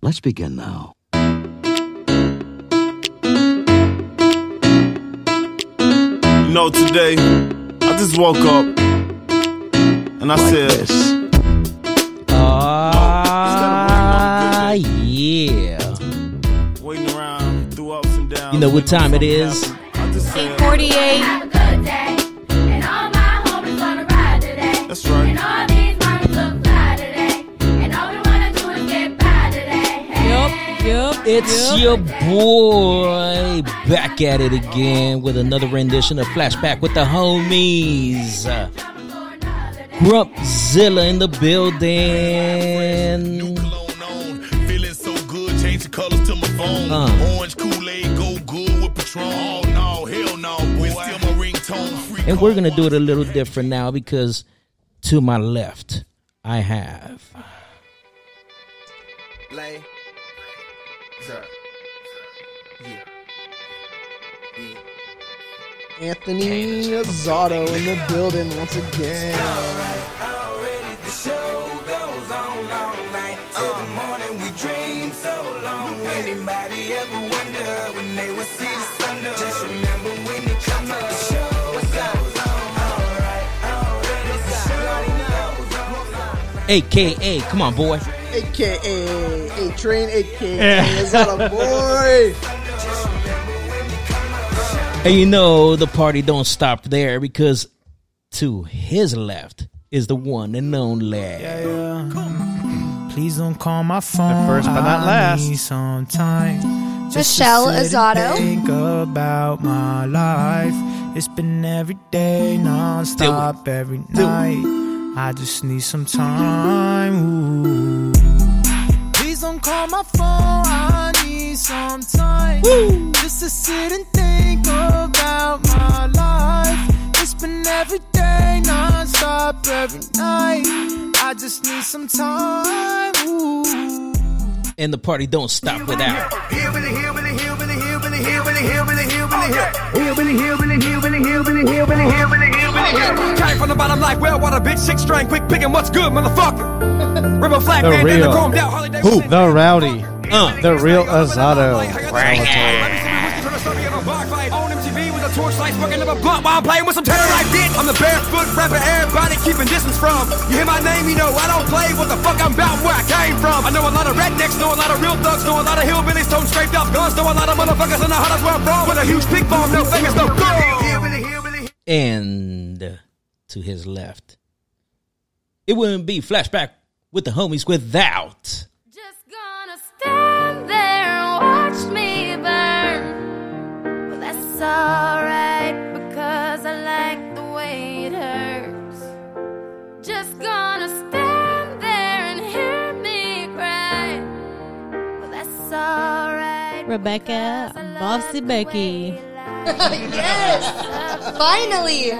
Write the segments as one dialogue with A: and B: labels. A: Let's begin now.
B: You know, today, I just woke up and I
A: Like
B: said,
A: this.
C: Ah, yeah.
B: waiting around through ups and downs.
C: You know what
B: waiting on
C: time it
B: something
C: is?
B: to happen. I just said,
D: 48.
E: Have a good day, and all my homies gonna ride today.
B: That's right.
E: And all these models look fly today, and all we wanna do is get by today. Hey.
D: Yep, yep.
C: It's your boy back at it again with another rendition of Flashback with the homies. Grumpzilla in the
F: New
C: building.
F: cologne on, feeling so good, change the colors to my phone.
C: Uh.
F: Orange Kool-Aid go good with Patron. Oh no, hell no, boy. It's still my ringtone. Free
C: And we're
F: call.
C: going to do it a little different now because to my left, I have.
G: Lay. Zer. Yeah. Yeah.
H: Anthony Azzato in the building once again.
C: AKA, come on, boy.
H: AKA A Train, AKA Azzato Boy.
C: And you know the party don't stop there because to his left is the one and only.
I: Please don't call my phone.
J: first but not
I: I
J: last.
I: need some time just to
D: Michelle
I: sit and
D: Azzato.
I: Think about my life. It's been every day, nonstop, every night. I just need some time. Ooh. Please don't call my phone. I need some time just to sit and think about my life. It's been every day, nonstop, every night. I just need some time. Ooh.
C: And the party don't stop without.
J: Came from the bottom like well water, bitch. Six string, quick picking what's good, motherfucker. Rebel flag,
I: The
J: man, then the
I: real.
J: chrome down, Harley
I: Who?
J: Davidson.
I: The rowdy.
C: Uh,
I: The real Azzato.
J: On MTV with a torchlight, smoking up a blunt while I'm playing with some terrorite dick. I'm the barefoot rapper everybody keeping distance from. You hear my name, you know I don't play what the fuck I'm about, where I came from. I know a lot of rednecks, know a lot of real thugs, know a lot of hillbillies, tone scraped off guns, know a lot of motherfuckers in the hood, that's where I'm from. With a huge big bomb, no fingers, no guns.
C: And to his left, it wouldn't be flashback with the homies without.
E: Just gonna stand there and watch me burn. Well, that's alright because I like the way it hurts. Just gonna stand there and hear me cry. Well, that's alright.
D: Rebecca, Bossy Becky.
E: yes!
D: Finally!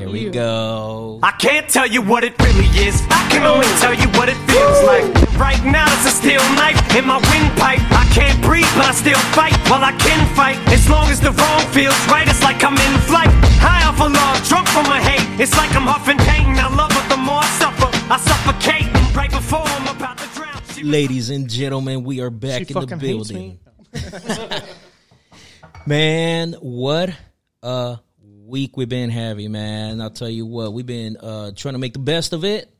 C: Here we go.
J: I can't tell you what it really is. I can only tell you what it feels like. Right now, it's a steel knife in my windpipe. I can't breathe, but I still fight. Well, I can fight. As long as the wrong feels right, it's like I'm in flight. High off a love, drunk from my hate. It's like I'm huffing pain. I love her, the more I suffer. I suffocate right before I'm about to drown. She
C: Ladies and gentlemen, we are back
I: She
C: in the
I: fucking hates
C: building. man, what a week we've been having, man. I'll tell you what, we've been uh, trying to make the best of it.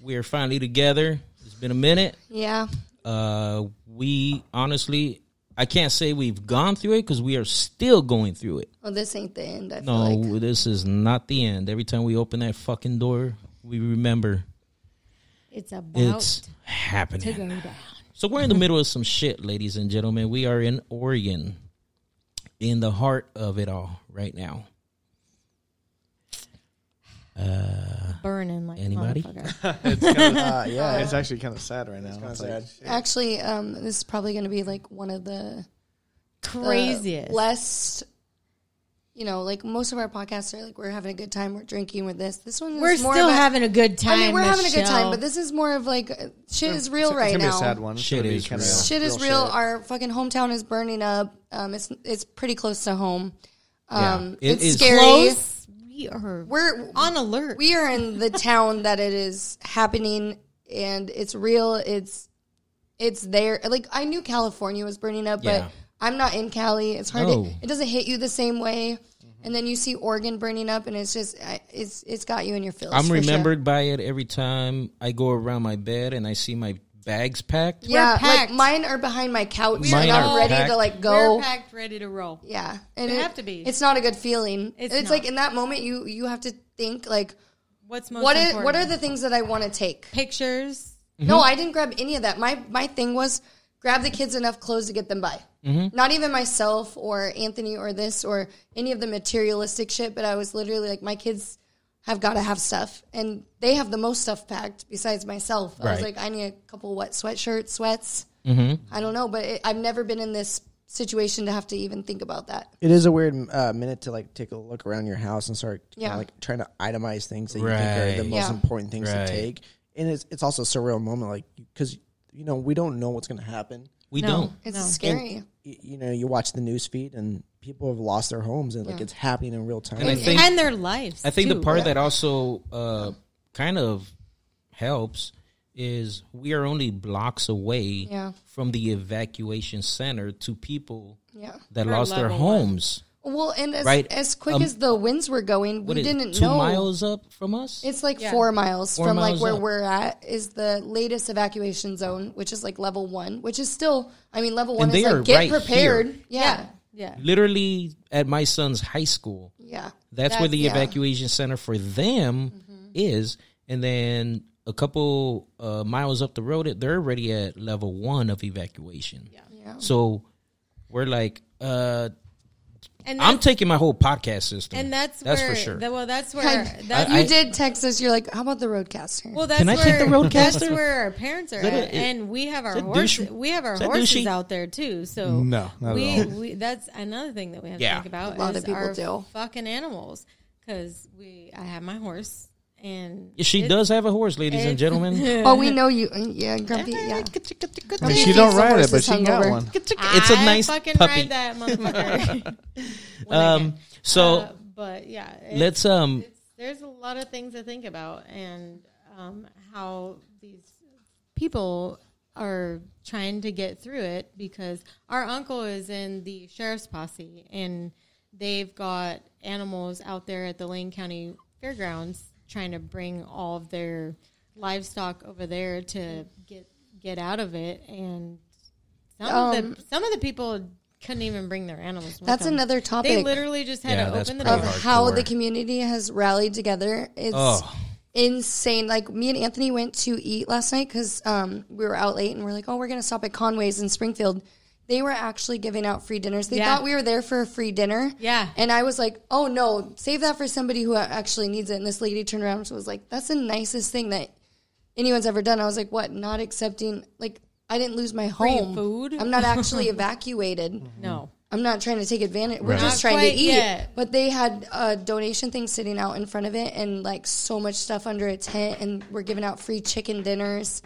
C: We're finally together. It's been a minute.
D: Yeah.
C: Uh, we honestly, I can't say we've gone through it because we are still going through it.
D: Well, this ain't the end, I
C: No,
D: feel like.
C: this is not the end. Every time we open that fucking door, we remember
D: It's about
C: it's happening.
D: down.
C: So we're in the middle of some shit, ladies and gentlemen. We are in Oregon, in the heart of it all right now.
D: burning like
C: Anybody?
D: motherfucker.
H: Uh, yeah, it's actually kind of sad right now. It's like,
K: Actually, um, this is probably going to be like one of the the
D: Craziest.
K: less, you know, like most of our podcasts are like we're having a good time, we're drinking with this. This one,
D: We're
K: is more
D: still
K: of a-
D: having a good time.
K: I mean, we're having a good
D: Michelle.
K: time, but this is more of like uh, shit is real
H: it's
K: right
H: gonna
K: now.
H: be a sad one. It's
C: Shit
H: gonna be
C: is
H: kinda
C: real.
K: Shit is real.
H: shit.
K: Our fucking hometown is burning up. Um, it's it's pretty close to home.
C: Yeah.
K: Um,
C: It
K: it's
C: is
K: scary.
D: Close. We are
K: We're
D: on alert.
K: we are in the town that it is happening and it's real it's it's there. Like I knew California was burning up,
C: Yeah.
K: but I'm not in Cali. It's hard.
C: No.
K: To, it doesn't hit you the same way. And then you see Oregon burning up, and it's just I- it's it's got you in your feels.
C: I'm
K: for sure.
C: remembered by it every time I go around my bed and I see my bags packed.
K: Yeah, like mine are behind my couch.
C: We
K: and
C: are
K: I'm ready
C: packed.
K: to like go.
A: We're packed, ready to roll.
K: Yeah,
A: They have to be.
K: It's not a good feeling.
A: It's
K: It's,
A: not.
K: like in that moment, you you have to think like,
A: What's most
K: what is,
A: important?
K: what are the things that I want to take?
A: pictures?
K: No,
C: Mm-hmm.
K: I didn't grab any of that. My my thing was grab the kids enough clothes to get them by.
C: Mhm.
K: Not even myself or Anthony or this or any of the materialistic shit. But I was literally like, my kids have got to have stuff, and they have the most stuff packed besides myself. I was
C: Right.
K: like, I need a couple wet sweatshirts, sweats.
C: Mhm.
K: I don't know, but it, I've never been in this situation to have to even think about that.
L: It is a weird uh, minute to like take a look around your house and start kinda,
K: Yeah.
L: like trying to itemize things that you think are the
C: Right.
L: most
K: Yeah.
L: important things
C: Right.
L: to take. And it's it's also a surreal moment, like because you know we don't know what's going to happen.
C: We No, don't.
K: it's
L: And,
K: scary.
L: y- you know, you watch the news feed and people have lost their homes, and like
K: Yeah.
L: it's happening in real time.
C: I think-
A: and their lives,
C: I think the
A: too.
C: part
A: Yeah.
C: that also uh, kind of helps is we are only blocks away
K: Yeah.
C: from the evacuation center to people
K: Yeah.
C: that
K: Or
C: lost their
K: level one.
C: homes.
K: Well, and as,
C: Right.
K: as quick
C: Um,
K: as the winds were going,
C: what
K: we
C: is it,
K: didn't
C: two
K: know.
C: miles up from us?
K: It's like
C: Yeah.
K: four miles
C: Four
K: from
C: miles
K: like where
C: up.
K: we're at is the latest evacuation zone, which is like level one, which is still, I mean, level one
C: And they
K: is
C: are
K: like get
C: right
K: prepared.
C: here.
K: Yeah.
A: Yeah.
C: Literally at my son's high school.
K: Yeah.
C: That's, where
K: That's-
C: the
K: yeah. Mm-hmm.
C: evacuation center for them is. And then a couple uh, miles up the road, they're already at level one of evacuation.
K: Yeah.
C: So we're like, uh,
A: And
C: I'm
A: that's-
C: taking my whole podcast system.
A: and that's
C: that's
A: where,
C: for sure.
A: that- well, that's where
K: I-
A: that's,
K: you
C: I-
K: did text us. You're like, how about the roadcaster?
A: Well, that's
C: Can I
A: where,
C: take the road
A: That's
C: caster?
A: where our parents are
C: Is that
A: at,
C: a- it-
A: and we have
C: is
A: our
C: that
A: horses.
C: douchey?
A: We have our
C: Is that
A: horses
C: douchey?
A: out there too. So
H: No, not at
A: we,
H: all.
A: we that's another thing that we have to
H: Yeah.
A: think about.
K: A lot of
A: is
K: people
A: our
K: do.
A: fucking animals because we. I have my horse, and
C: Yeah, she
A: it-
C: does have a horse, ladies and
A: it's-
C: gentlemen.
K: oh, we know you. Yeah, Grumpy. Yeah. Grumpy
H: she
K: thinks
H: don't
K: the
H: ride it,
K: horse
H: but
K: is
H: she got
K: hungover.
H: one.
C: It's a
A: I
C: nice
A: fucking
C: puppy.
A: ride that motherfucker. When I
C: um,
A: can.
C: so
A: Uh, but yeah, it's-
C: let's, um,
A: it's- there's a lot of things to think about, and um, how these people are trying to get through it because our uncle is in the sheriff's posse, and they've got animals out there at the Lane County Fairgrounds trying to bring all of their livestock over there to get get out of it and some of the
K: Um,
A: some of the people couldn't even bring their animals. with
K: That's
A: them.
K: another topic.
A: They literally just had
C: Yeah,
A: to
C: that's
A: open the
C: pretty
A: door.
K: of how
C: hardcore.
K: the community has rallied together. It's
C: Oh.
K: insane. Like me and Anthony went to eat last night because um, we were out late and we're like, oh, we're gonna stop at Conway's in Springfield. They were actually giving out free dinners. They
A: Yeah.
K: thought we were there for a free dinner.
A: Yeah.
K: And I was like, oh no, save that for somebody who actually needs it. And this lady turned around and was like, that's the nicest thing that anyone's ever done. I was like, what? Not accepting, like, I didn't lose my
A: Free
K: home.
A: food?
K: I'm not actually evacuated.
A: No.
K: I'm not trying to take advantage. We're
A: Right.
K: just
A: Not
K: trying to
A: quite
K: eat.
A: yet.
K: But they had a donation thing sitting out in front of it and like so much stuff under a tent and we're giving out free chicken dinners.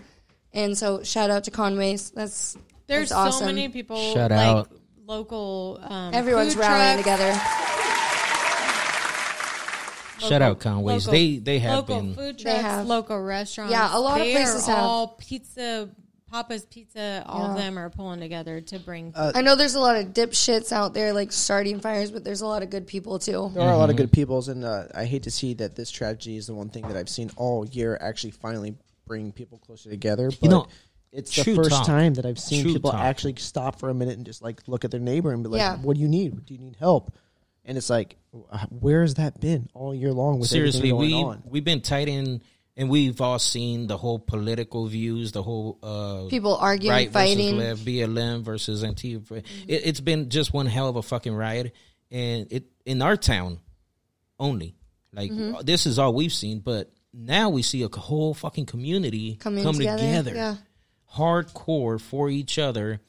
K: And so shout out to Conway's. That's
A: There's
K: that's awesome.
A: so many people.
C: Shout
A: like,
C: out.
A: Local. Um,
K: Everyone's
A: food
K: rallying
A: trucks,
K: together.
C: shout out Conway's.
A: local-
C: they they have
A: local
C: been
A: food
K: They
A: trucks,
K: have.
A: local restaurants.
K: Yeah, a lot of
A: They
K: places
A: are
K: have.
A: all pizza. Papa's Pizza. All of
K: Yeah.
A: them are pulling together to bring.
C: Uh,
K: I know there's a lot of dipshits out there like starting fires, but there's a lot of good people too.
L: There are a lot of good peoples, and uh, I hate to see that this tragedy is the one thing that I've seen all year actually finally bring people closer together. But
C: know,
L: it's the
C: true
L: first
C: talk.
L: time that I've seen
C: True
L: people
C: talk.
L: actually stop for a minute and just like look at their neighbor and be like,
K: Yeah.
L: "What do you need? Do you need help?" And it's like, uh, where has that been all year long? With everything
C: seriously
L: going
C: we
L: on?
C: we've been tight in and we've all seen the whole political views the whole uh
K: People arguing,
C: right
K: fighting.
C: versus left blm versus antifa it, it's been just one hell of a fucking riot and it in our town only like uh,
K: Mhm.
C: this is all we've seen but now we see a whole fucking community
K: Coming
C: come
K: together,
C: together,
K: yeah.
C: hardcore for each other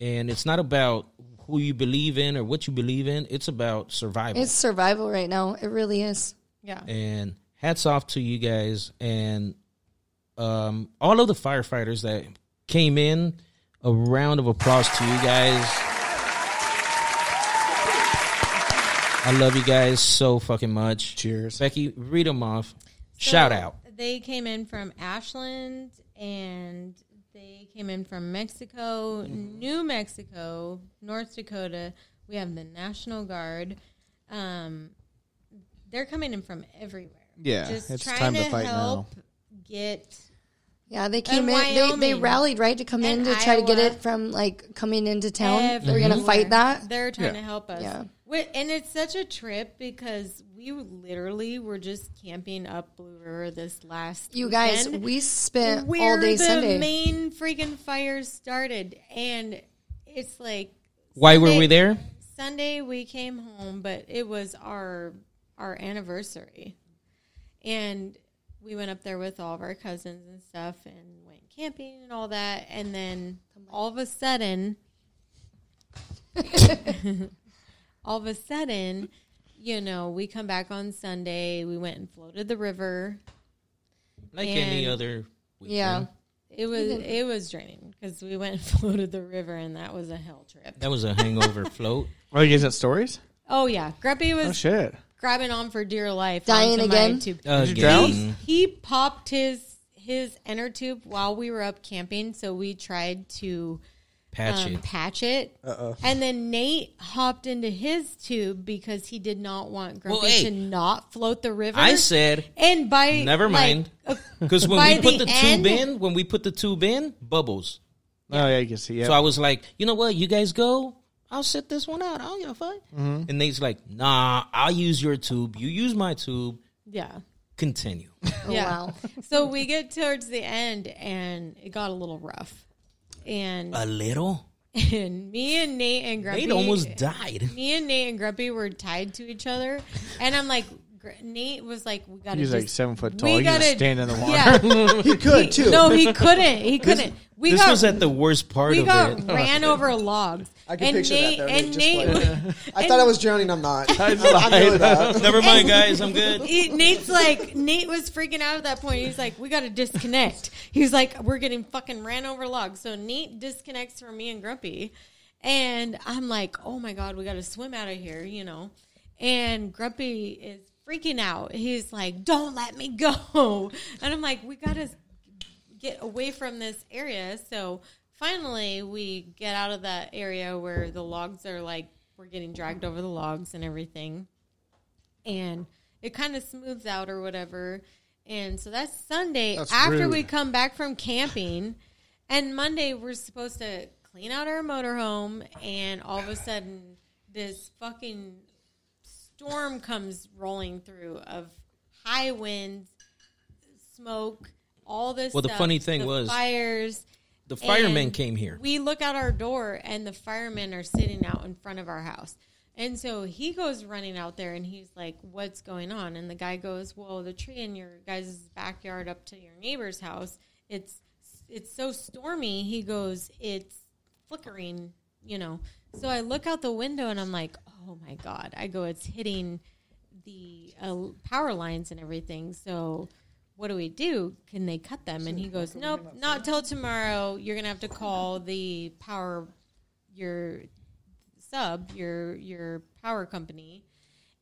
C: and it's not about who you believe in or what you believe in it's about survival
K: It's survival right now. It really is.
A: Yeah.
C: and hats off to you guys and um, all of the firefighters that came in. A round of applause to you guys. I love you guys so fucking much. Cheers, Becky. Read them off. Shout out.
A: They came in from Ashland and They came in from Mexico,
H: Mm-hmm.
A: New Mexico, North Dakota. We have the National Guard. Um, they're coming in from everywhere.
H: Yeah,
A: just
H: it's
A: trying
H: time to
A: to,
H: fight now.
A: help get.
K: Yeah, they
A: And
K: came in. They, they
A: Wyoming.
K: rallied right to come in
A: And
K: to try to get
A: Iowa.
K: it from like coming into town.
A: Everywhere.
K: They're gonna fight that.
A: They're trying
K: Yeah.
A: to help us.
K: Yeah.
A: Wh- And it's such a trip because we literally were just camping up Blue River this last.
K: You guys,
A: weekend
K: we spent all
A: where
K: day
A: the
K: Sunday.
A: main freaking fire started, and it's like
C: Why were we there?
A: Sunday we came home, but it was our our anniversary, and we went up there with all of our cousins and stuff, and went camping and all that, and then all of a sudden, all of a sudden, you know, we come back on Sunday. We went and floated the river,
C: Like any other
A: Yeah. It was
K: Even-
A: it was draining because we went and floated the river and that was a hell trip.
C: That was a hangover float.
H: Oh, you guys got stories?
A: Oh yeah, Grumpy was
H: Oh shit!
A: grabbing on for dear life.
K: Dying
A: onto my
K: again?
A: tube.
H: Did you
C: Again.
H: drown?
A: He popped his his inner tube while we were up camping, so we tried to
C: Patch
A: Um,
C: it.
A: patch it.
C: Uh-oh.
A: And then Nate hopped into his tube because he did not want Grumpy
C: hey.
A: to not float the river.
C: I said,
A: and by
C: never
A: like, uh,
C: mind.
A: a-
C: Because
A: by
C: when we put the,
A: end-
C: tube in, when we put the tube in, bubbles.
H: Oh yeah, you can see. Yeah.
C: So I was like, you know what? You guys go. I'll sit this one out. I don't give a fuck.
L: Mm-hmm.
C: And Nate's like, nah, I'll use your tube. You use my tube.
A: yeah.
C: Continue.
L: Oh,
A: yeah. so we get towards the end and it got a little rough. And
C: A little?
A: and me and Nate and Grumpy
C: Uh, Nate almost died.
A: Me and Nate and Grumpy were tied to each other, and I'm like, Gr- Nate was like, "We got to."
H: He's
A: just,
H: like seven foot tall. He can stand in the water.
A: Yeah.
H: He could,
A: He-
H: too.
A: No, he couldn't. He couldn't. we
C: this
A: got
C: was at the worst part
A: we
C: of
A: got
C: it.
A: ran over logs.
L: I can
A: and
L: picture
A: Nate,
L: that. Though,
A: And
L: just
A: Nate,
L: like, I thought I was drowning. I'm not. I'm, really not.
C: Never mind, guys. I'm good.
A: He- Nate's like Nate was freaking out at that point. He's like, "We got to disconnect." He's like, "We're getting fucking ran over logs." So Nate disconnects from me and Grumpy, and I'm like, "Oh my god, we got to swim out of here," you know. And Grumpy is freaking out. He's like, "Don't let me go," and I'm like, "We got to get away from this area." So finally, we get out of that area where the logs are like we're getting dragged over the logs and everything and it kind of smooths out or whatever. And so that's Sunday
M: That's
A: after we
M: rude.
A: come back from camping, and Monday we're supposed to clean out our motorhome, and all of a sudden this fucking storm comes rolling through of high winds, smoke, all this.
C: Well, the
A: stuff,
C: funny thing was-
A: fires.
C: The firemen
A: And
C: came here.
A: We look out our door and the firemen are sitting out in front of our house. And so he goes running out there and he's like, What's going on? And the guy goes, Well, the tree in your guys' backyard up to your neighbor's house, it's it's so stormy. He goes, It's flickering, you know. So I look out the window and I'm like, Oh my God. I go, It's hitting the uh, power lines and everything. So what do we do? Can they cut them? And he goes, nope, not till tomorrow. You're gonna have to call the power, your sub, your your power company,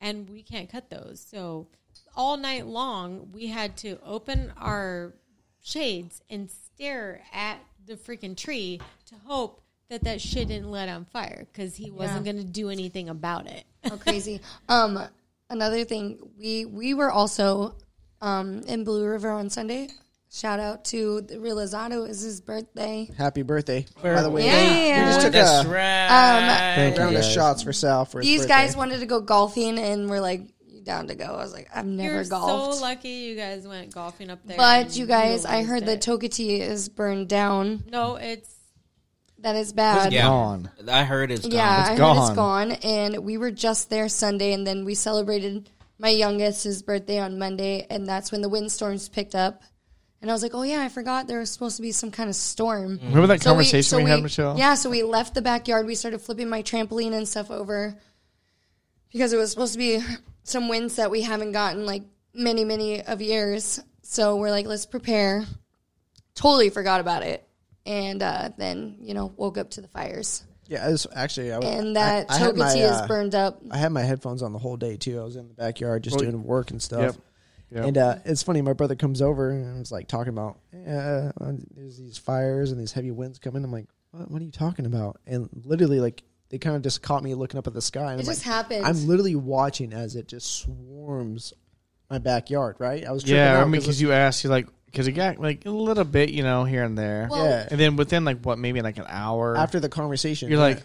A: and we can't cut those. So all night long, we had to open our shades and stare at the freaking tree to hope that that shit didn't let on fire because he wasn't
K: Yeah.
A: gonna do anything about it.
K: How Oh, crazy. um, another thing, we we were also um in Blue River on Sunday. Shout out to the Realizado. It's his birthday.
L: Happy birthday, by the way.
K: Yeah, yeah,
L: We just
K: yeah.
L: took
K: That's
L: a
K: right. Um, Thank you,
L: round of
K: guys.
L: shots for Sal for his
K: These
L: birthday.
K: guys wanted to go golfing and were like "You down to go. I was like, I've never
A: You're
K: golfed.
A: so lucky you guys went golfing up there.
K: but
A: and
K: you guys, I
A: realized
K: heard
A: it.
K: that Tokati is burned down.
A: No, it's
K: That is bad.
H: gone.
C: I heard it's gone.
K: Yeah, I heard it's gone. And we were just there Sunday, and then we celebrated my youngest his birthday on Monday, and that's when the windstorms picked up. And I was like, "Oh yeah, I forgot there was supposed to be some kind of storm."
H: Remember that Mm. conversation we had, Michelle?
K: Yeah, so we left the backyard. We started flipping my trampoline and stuff over because it was supposed to be some winds that we haven't gotten like many, many of years. So we're like, "Let's prepare." Totally forgot about it, and uh, then you know woke up to the fires.
L: Yeah, it was actually, I was,
K: And that
L: I, I had my,
K: Togati is
L: uh,
K: burned up.
H: Oh,
L: I had my headphones on the whole day too. I was in the backyard just
K: Well,
L: doing work and stuff.
K: yep.
L: Yeah. And uh, it's funny, my brother comes over and was like talking about uh, there's these fires and these heavy winds coming. I'm like, what, what are you talking about? And literally, like they kind of just caught me looking up at the sky. And
K: It
L: I'm
K: just
L: like,
K: happened.
L: I'm literally watching as it just swarms my backyard. Right? I was tripping
H: Yeah, I
L: out
H: mean, because you asked, you like, because it got like a little bit, you know, here and there.
L: Well- Yeah.
H: And then within like what, maybe like an hour
L: after the conversation,
H: you're
L: yeah.
H: like,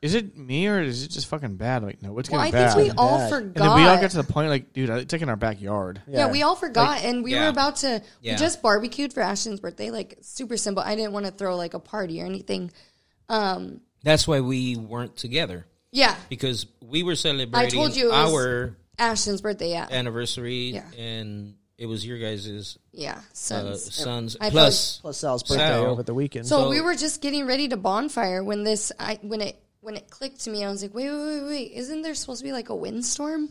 H: is it me or is it just fucking bad? Like, no, it's
K: Well,
H: getting
K: I
H: bad.
K: think we all Bad.
H: And then we all
K: forgot.
H: got to the point, like, dude, it's like in our backyard.
K: Yeah, we all forgot,
H: Like,
K: and we
H: yeah.
K: were about to.
H: Yeah.
K: We just barbecued for Ashton's birthday, like super simple. I didn't want to throw like a party or anything. Um,
C: That's why we weren't together.
K: Yeah.
C: Because we were celebrating
K: I told you it was
C: our
K: Ashton's birthday. Yeah,
C: anniversary
K: Yeah.
C: and it was your guys'
K: Yeah,
C: uh,
K: sons.
C: sons
K: I
C: plus
K: thought-
L: Plus Sal's birthday over the weekend.
K: So, we were just getting ready to bonfire when this I when it when it clicked to me, I was like, wait, wait, wait, wait, isn't there supposed to be like a windstorm?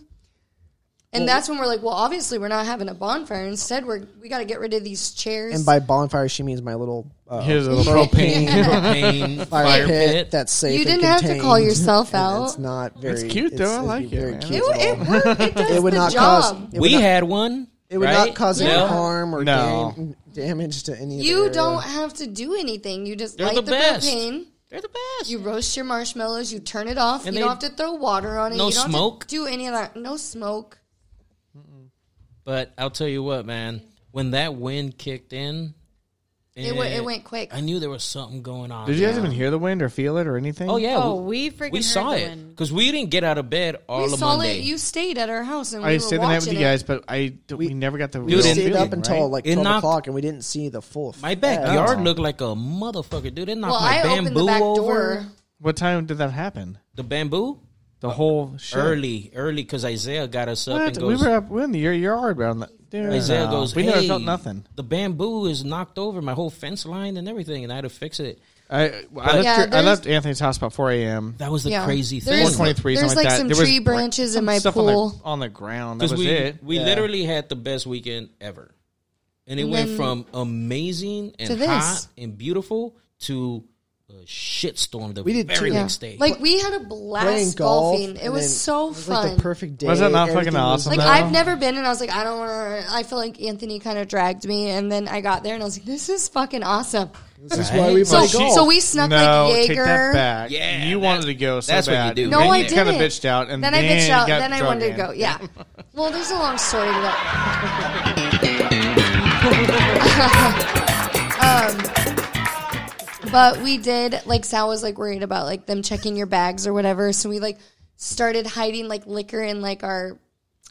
K: And
L: Well-
K: that's when we're like, well, obviously we're not having a bonfire. Instead, we're we got to get rid of these chairs.
L: And by bonfire, she means my little uh,
H: His little propane- propane
L: fire
H: fire
L: pit,
H: pit.
L: that's safe.
K: You
L: and
K: didn't have to
L: contained.
K: call yourself
L: And
K: out.
L: It's not very.
H: It's cute, though. I
L: it'd
H: like
L: be
H: it,
L: Very
H: man.
L: cute
H: It
L: at
H: would-
L: all.
H: it would- it does the job.
L: it would
C: we
L: not-
C: had one.
L: It would
C: right?
L: not cause
C: No.
L: any harm or
C: No.
L: dam- damage to any. of the
K: You
L: area.
K: don't have to do anything. You just
C: They're
K: light
C: the
K: the,
C: best.
K: propane.
C: They're the best.
K: You roast your marshmallows. You turn it off.
C: And
K: you
C: they-
K: don't have to throw water on it.
C: No
K: you don't
C: smoke?
K: Have to do any of that. No smoke.
C: But I'll tell you what, man, when that wind kicked in, eh,
K: It went- it went quick.
C: I knew there was something going on.
H: Did you guys
C: man.
H: even hear the wind or feel it or anything?
C: Oh yeah.
A: Oh, we freaking
C: we
A: heard
C: saw
A: the
C: it because we didn't get out of bed all
K: we
C: of
K: saw
C: Monday.
K: it. You stayed at our house and we
H: I
K: were
H: stayed
K: watching
H: the night with you
K: it.
H: guys, but I d- we, never got the
C: Dude,
H: real
C: it-
H: feeling,
L: up until
H: right?
L: like
C: It
L: twelve
C: knocked-
L: o'clock, and we didn't see the full.
C: My
L: effect.
C: backyard looked like a motherfucker, dude. It knocked
K: Well,
C: my
K: I opened the
C: bamboo
K: back
C: over.
K: door.
H: What time did that happen?
C: The bamboo?
H: The whole shit.
C: Early, early, because Isaiah got us up
H: What?
C: and
H: we
C: goes.
H: were up. We are in the yard- yard around that. Dude,
K: uh,
C: Isaiah
H: no.
C: goes.
H: We never
C: "Hey,
H: felt nothing.
C: The bamboo is knocked over, my whole fence line and everything, and I had to fix it.
H: I, I,
C: But-
H: left, your- I
K: there's-
H: left Anthony's house about 4 a.m.
C: That was the
K: Yeah.
C: crazy thing.
K: There's-
H: 423,
K: there's
H: something like,
K: like
H: that.
K: some
H: There was
K: tree
H: bran-
K: branches in
H: some
K: my
H: stuff
K: pool.
H: On the, on the ground. That was
C: Because we
H: it.
C: we
H: Yeah.
C: literally had the best weekend ever, and it
K: And
C: went
K: then-
C: from amazing
K: To
C: and
K: this.
C: hot and beautiful to a shitstorm the
L: We did
C: very
L: too.
K: Yeah.
C: next day.
K: Like we had a
L: Playing
K: blast
L: golf,
K: golfing.
L: and
K: it was
L: then
K: so
L: it was,
K: fun.
L: Like the perfect day.
H: Was that not fucking
L: Everything was-
H: awesome,
K: Like
H: No.
K: I've never been, and I was like, I don't want to. I feel like Anthony kind of dragged me, and then I got there, and I was like, this is fucking awesome.
L: This is why we
K: so,
L: play golf.
K: so we snuck
H: no,
K: like Jaeger.
H: take that back.
C: Yeah,
H: you wanted to go so
C: that's what you
H: bad.
C: do.
H: and
K: No,
H: then
K: I
H: you
K: didn't.
H: Kind of bitched out, and
K: then,
H: then,
K: I bitched
H: you
K: out.
H: got
K: Then I
H: drug
K: wanted to
H: in.
K: go. Yeah. well, there's a long story to that. um, but we did like Sal was like worried about like them checking your bags or whatever, so we like started hiding like liquor in like our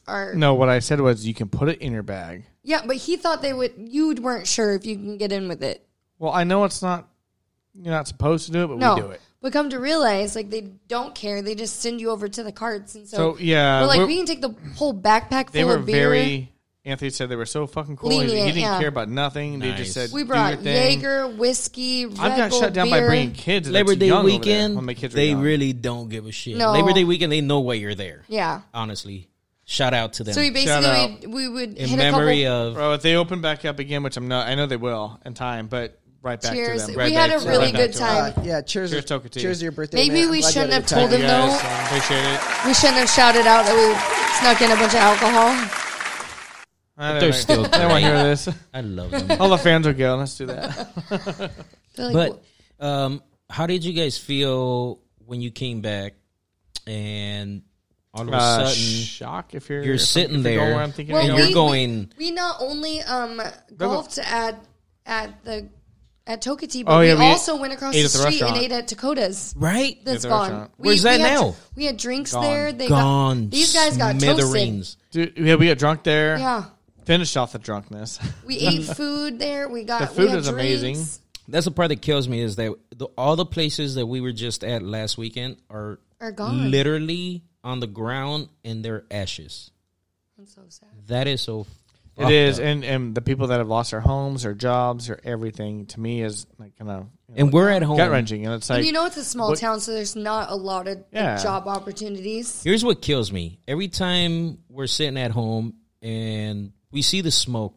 K: our
H: No, what I said was you can put it in your bag.
K: Yeah, but he thought they would. You weren't sure if you can get in with it.
H: Well, I know it's not. You're not supposed to do it, but
K: no,
H: we do it.
K: but come to realize, like they don't care. They just send you over to the carts, and so,
H: So, yeah,
K: we're like
H: we're-
K: we can take the whole backpack
H: They
K: full
H: were
K: of beer.
H: very. Anthony said they were so fucking cool. He- he
K: Lenient,
H: didn't
K: yeah.
H: care about nothing. They just said
K: we
H: do your
K: brought
H: thing.
K: Jaeger, whiskey, Red
H: I got
K: Bull
H: shut down by
K: beer.
H: bringing kids.
C: Labor
H: that's
C: Day
H: young over there
C: weekend,
H: when my kids were
C: they
H: young.
C: really don't give a shit.
K: No.
C: Labor Day weekend, they know why you're there.
K: Yeah.
C: honestly, shout out to them.
K: So we basically we, we would
C: in
K: hit
C: memory
K: a couple.
C: of
H: Bro, if they open back up again, which I'm not, I know they will in time, but right back
K: Cheers.
H: to them.
K: We had a really good time.
L: Uh, yeah, cheers.
H: Cheers, Tokati.
L: Cheers to your birthday.
K: Maybe
L: man. I'm
K: we
L: glad you
K: shouldn't
L: had a
K: have told
L: good time.
K: him though.
H: Appreciate it.
K: We shouldn't have shouted out that we snuck in a bunch of alcohol.
H: I
C: They're
H: don't know.
C: still
H: They won't hear
C: great.
H: this.
C: I love them.
H: All the fans will go. Let's do that.
K: They're like,
C: but um, how did you guys feel when you came back and all of a
H: Uh,
C: sudden
H: shock if you're-
C: you're
H: if
C: sitting
H: you're going
C: there
H: where I'm thinking
K: Well,
C: and
K: we-
C: you're going
K: We not only um, golfed at at the at Tokati, but
C: Oh, yeah,
K: we,
C: we
K: also went across
C: ate
K: the,
C: at the
K: street
H: restaurant.
K: and ate at Dakota's.
C: Right?
K: that's
H: Yeah, the
K: gone.
H: restaurant.
K: We-
C: Where's that
K: we had-
C: now?
K: we had drinks
H: Gone.
K: there. They
C: Gone
K: Got, these guys got toasted.
C: smithereens.
H: Dude, yeah, we got drunk there.
K: Yeah.
H: Finished off the drunkenness.
K: We ate food there. We got
H: The
K: Uh, we
H: food
K: had
H: is
K: drinks.
H: amazing.
C: That's the part that kills me is that the, all the places that we were just at last weekend are
K: Are gone.
C: literally on the ground and they're ashes.
K: I'm so sad.
C: That is so.
H: It is, and, and the people that have lost their homes, their jobs, or everything, to me is like kind of.
C: And we're at home.
H: gut wrenching, and it's like
K: and you know it's a small
H: what-
K: town, so there's not a lot of like,
C: Yeah.
K: job opportunities.
C: Here's what kills me: every time we're sitting at home and we see the smoke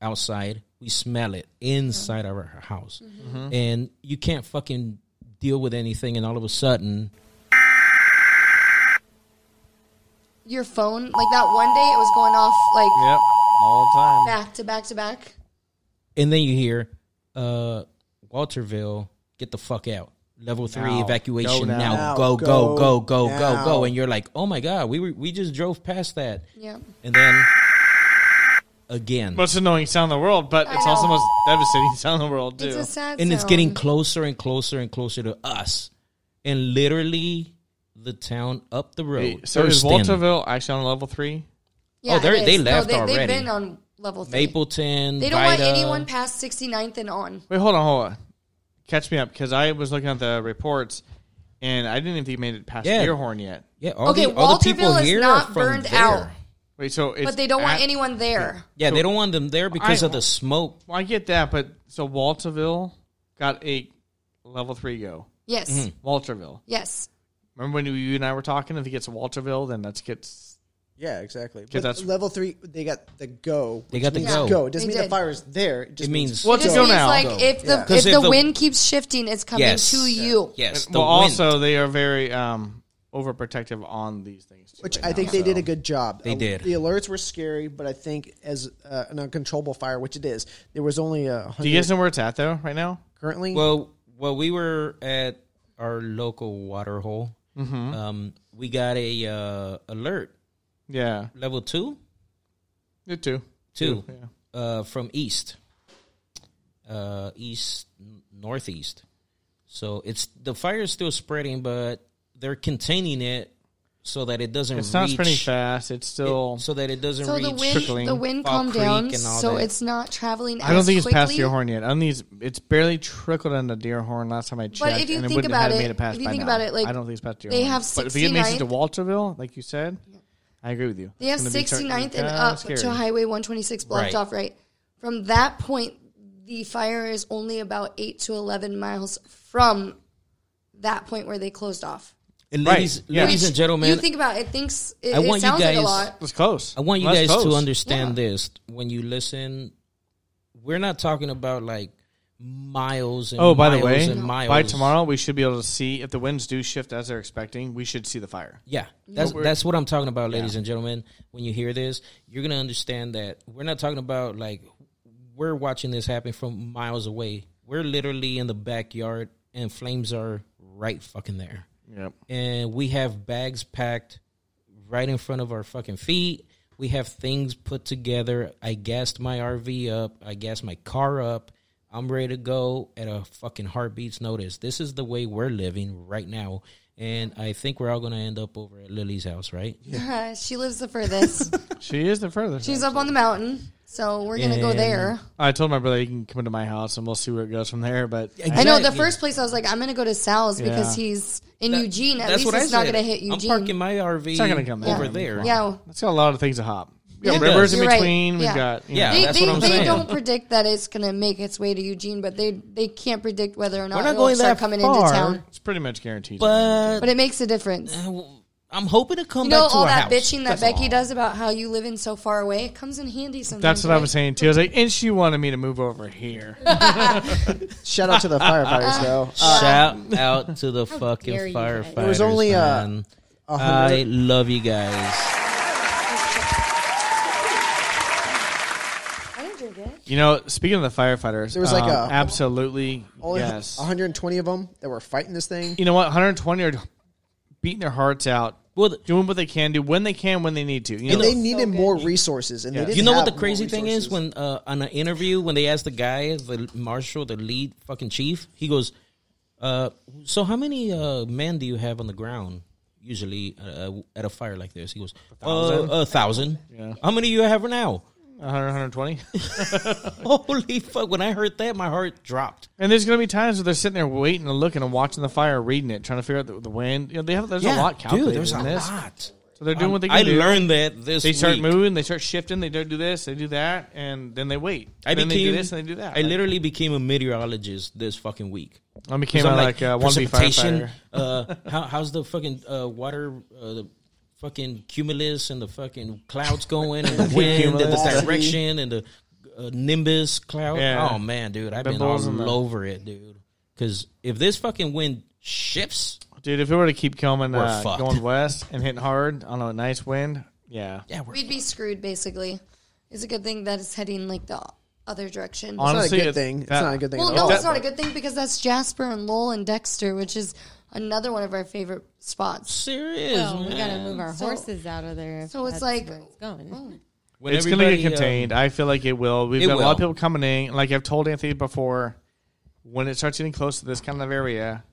C: outside, we smell it inside of our house,
H: Mm-hmm.
M: Mhm.
C: and you can't fucking deal with anything. And all of a sudden,
K: Your phone, like that one day, it was going off like
H: Yep. all the time.
K: Back to back to back.
C: And then you hear uh, Walterville, get the fuck out. Level three
H: Now.
C: evacuation
H: Go
C: now.
H: now.
C: Go, go,
H: Go
C: go, go, go,
H: now.
C: go, And you're like, oh my God, we were, we just drove past that.
K: Yeah.
C: And then again.
H: Most annoying sound in the world, but it's also the most devastating sound in the world too.
K: It's a sad
C: and it's
K: sound.
C: getting closer and closer and closer to us. And literally the town up the road.
H: Hey, So is
C: Thurston.
H: Walterville actually on level three?
K: Yeah,
C: oh, they're-
K: it
C: they
K: is.
C: left
K: no, they,
C: already.
K: They've been on level three.
C: Mapleton.
K: They don't want
C: Vida.
K: anyone past 69th and on.
H: Wait, hold on, hold on. Catch me up because I was looking at the reports and I didn't even think you made it past
C: Yeah.
H: Deerhorn yet.
C: Yeah, all
K: Okay,
C: the, all the people
K: Walterville
C: here
K: is
C: are
K: not
C: from
K: burned
C: there.
K: out,
H: Wait, so it's
K: but they don't want
H: at-
K: anyone there.
C: Yeah, they don't want them there because of the smoke.
H: Well, I get that, but so Walterville got a level three go.
K: Yes.
H: Mm-hmm.
K: Mhm.
H: Walterville.
K: Yes.
H: Remember when you and I were talking? If he gets Walterville, then that's gets.
L: Yeah, exactly.
H: 'Cause
L: But
H: that's-
L: level three, they got the go.
C: They
L: which
C: got the
L: means
C: go.
L: It doesn't
K: They
L: mean
K: did.
L: the fire is there. It just
C: It means-
L: means
H: Well, it's
K: It
H: go
K: means
H: now.
K: like if the
C: Yeah.
K: if
C: 'Cause
K: the,
C: if the-
K: wind keeps shifting, it's coming
C: Yes.
K: to you.
C: Yes, the
H: well,
C: wind.
H: also they are very um, overprotective on these things. too
L: Which
H: right
L: I think
H: now,
L: they
H: so.
L: did a good job.
C: They
L: Uh,
C: did.
L: The alerts were scary, but I think as uh, an uncontrollable fire, which it is, there was only a
H: Do you guys
L: hundred
H: know where it's at though? Right now,
L: currently.
C: Well, well, we were at our local water hole.
H: Mm-hmm.
C: Um, we got a uh, alert
H: yeah,
C: level two,
H: it too.
C: two
H: Yeah.
C: uh, from east, uh, east n- northeast. So it's the fire is still spreading, but they're containing it so that it doesn't.
H: It's not
C: reach,
H: spreading fast. It's still.
C: it- so that it doesn't
K: So
C: reach.
K: the wind the wind
C: Fall
K: calmed
C: Creek
K: down,
C: and all
K: so
C: that.
K: it's not traveling.
H: I don't
K: as
H: think it's
K: quickly.
H: past Deerhorn yet. I don't think it's, it's barely trickled into Deerhorn last time I checked.
K: if you
H: and it
K: think
H: wouldn't
K: about
H: have had
K: it-
H: made it past
K: if you
H: by
K: think
H: now.
K: about it, like,
H: I don't think it's past Deerhorn.
K: they have
H: But if it makes it to
K: 69th.
H: Walterville, like you said, I agree with you.
K: They have
H: It's gonna be turn-
K: 69th and
H: kinda
K: up
H: scary.
K: to Highway 126 blocked
C: Right.
K: off right. From that point, the fire is only about eight to 11 miles from that point where they closed off.
C: And
H: Right,
C: ladies,
H: yeah.
C: ladies and gentlemen,
K: you think about it, it thinks it,
C: I
K: it
C: want you
K: sounds like
C: guys-
K: a lot.
H: It's close.
C: I want you
H: That's
C: guys to
H: close.
C: understand this when you listen. We're not talking about like miles and
H: Oh, by the
C: miles
H: way,
C: and miles.
H: by tomorrow we should be able to see if the winds do shift as they're expecting. We should see the fire.
C: Yeah, that's
H: But we're-
C: that's what I'm talking about, ladies and gentlemen. When you hear this, you're gonna understand that we're not talking about like we're watching this happen from miles away. We're literally in the backyard, and flames are right fucking there.
H: Yep.
C: and we have bags packed right in front of our fucking feet. We have things put together. I gassed my RV up. I gassed my car up. I'm ready to go at a fucking heartbeat's notice. This is the way we're living right now. And I think we're all going to end up over at Lily's house, right?
K: she lives the furthest.
H: She is the furthest.
K: She's up on the mountain, so we're gonna go
C: And-
K: there.
H: I told my brother he can come into my house and we'll see where it goes from there. But
K: I know the
C: Exactly.
K: first place I was like, I'm gonna go to Sal's because
H: Yeah.
K: he's in
C: That-
K: Eugene. At
C: that's
K: least
C: what I
K: it's not
C: said.
K: gonna hit
C: I'm
K: Eugene.
C: parking my RV
H: it's not going to come
C: over
H: down.
C: there.
K: Yeah.
H: It's got a lot of things to hop. We got
C: Yeah, it
H: rivers
C: does.
H: in
K: You're right.
H: between. We've
K: Yeah.
H: got you
C: Yeah,
H: know,
K: They,
C: that's
K: they,
C: what I'm
K: they
C: saying.
K: don't predict that it's gonna make its way to Eugene, but they they can't predict whether or not,
C: We're not
K: it'll
C: going
K: start
C: that
K: coming
C: far.
K: into town.
H: it's pretty much guaranteed.
C: But
K: But it makes a difference.
C: I'm hoping to come
K: You know
C: back to
K: all
C: our
K: that
C: house.
K: bitching that
C: That's
K: Becky
C: all.
K: does about how you live in so far away it comes in handy sometimes.
H: That's what I
K: right?
H: was saying too. I was like, and she wanted me to move over here.
L: Shout out to the firefighters, though. Uh,
C: Shout out to the fucking
A: dare you guys.
C: firefighters.
A: There
L: was only, uh,
C: man.
L: a
C: I
L: hundred-
C: love you guys.
K: I didn't drink it.
H: You know, speaking of the firefighters,
L: There was like
H: um,
L: a-
H: absolutely
L: only
H: yes.
L: 120 of them that were fighting this thing.
H: You know what? 120 are beating their hearts out,
C: Well, the-
H: doing what they can do when they can, when they need to. You
L: And
H: know,
L: they needed more resources, and they didn't
C: you know what the
L: have more
C: crazy thing is
L: resources.
C: when uh, on an interview when they asked the guy, the marshal, the lead fucking chief, he goes, uh, "So how many uh, men do you have on the ground usually uh, at a fire like this?" He goes, "A thousand. a thousand.
H: Yeah.
C: How many do you have now?"
H: 100, 120.
C: Holy fuck! When I heard that, my heart dropped.
H: and there's going to be times where they're sitting there waiting and looking and watching the fire, reading it, trying to figure out the, the wind. You know, they have there's a lot calculated
C: dude. There's a
H: in this.
C: lot.
H: So they're doing what they can
C: I
H: do.
C: learned that this.
H: They start
C: week.
H: moving, they start shifting, they don't do this, they do that, and then they wait.
C: I
H: then
C: became
H: they do this and they do that.
C: I
H: Like,
C: literally became a meteorologist this fucking week.
H: I became
C: So
H: a,
C: I'm
H: like a one B
C: precipitation,
H: firefighter.
C: uh, how, how's the fucking uh, water, uh, the fucking cumulus and the fucking clouds going and the wind and the
L: Cumulus.
C: direction and the uh, nimbus cloud?
H: Yeah.
C: Oh man, dude, I've been
H: Bimbles
C: all
H: and the-
C: over it, dude. Because if this fucking wind shifts,
H: Dude, if it were to keep coming,
C: We're
H: uh,
C: fucked.
H: going west and hitting hard on a nice wind, yeah.
C: yeah, we're
K: We'd be screwed basically. It's a good thing that it's heading like the other direction.
L: Honestly, It's not a good it's- thing. It's that- not a good thing
K: Well,
L: at
K: no,
L: all.
K: it's not a good thing because that's Jasper and Lowell and Dexter, which is another one of our favorite spots.
C: Serious,
A: Well, we gotta move our horses out of there. if
K: So it's
A: that's
K: like oh.
A: where it's going.
C: When
H: it's going to get
C: everybody, um,
H: contained. I feel like it will. We've
C: it
H: got a lot of
C: will.
H: people coming in. Like I've told Anthony before, when it starts getting close to this kind of area,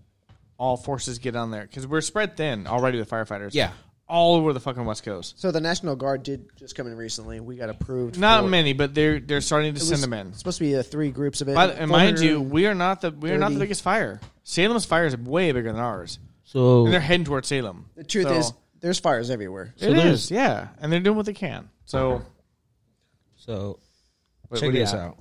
H: all forces get on there because we're spread thin already with firefighters.
L: Yeah.
H: all over the fucking West Coast.
L: So the National Guard did just come in recently. We got approved.
H: Not
L: for-
H: many, but they're they're starting to
L: It
H: send
L: was
H: them in.
L: Supposed to be uh, three groups of it.
H: By the- and mind you, we are not the we are not the
L: 30.
H: biggest fire. Salem's fire is way bigger than ours.
C: So-
H: and they're heading towards Salem.
L: The truth
H: So-
L: is, there's fires everywhere.
H: It is, yeah, and they're doing what they can. So,
C: so
H: Wait,
C: check
H: what do you
C: this
H: got?
C: out.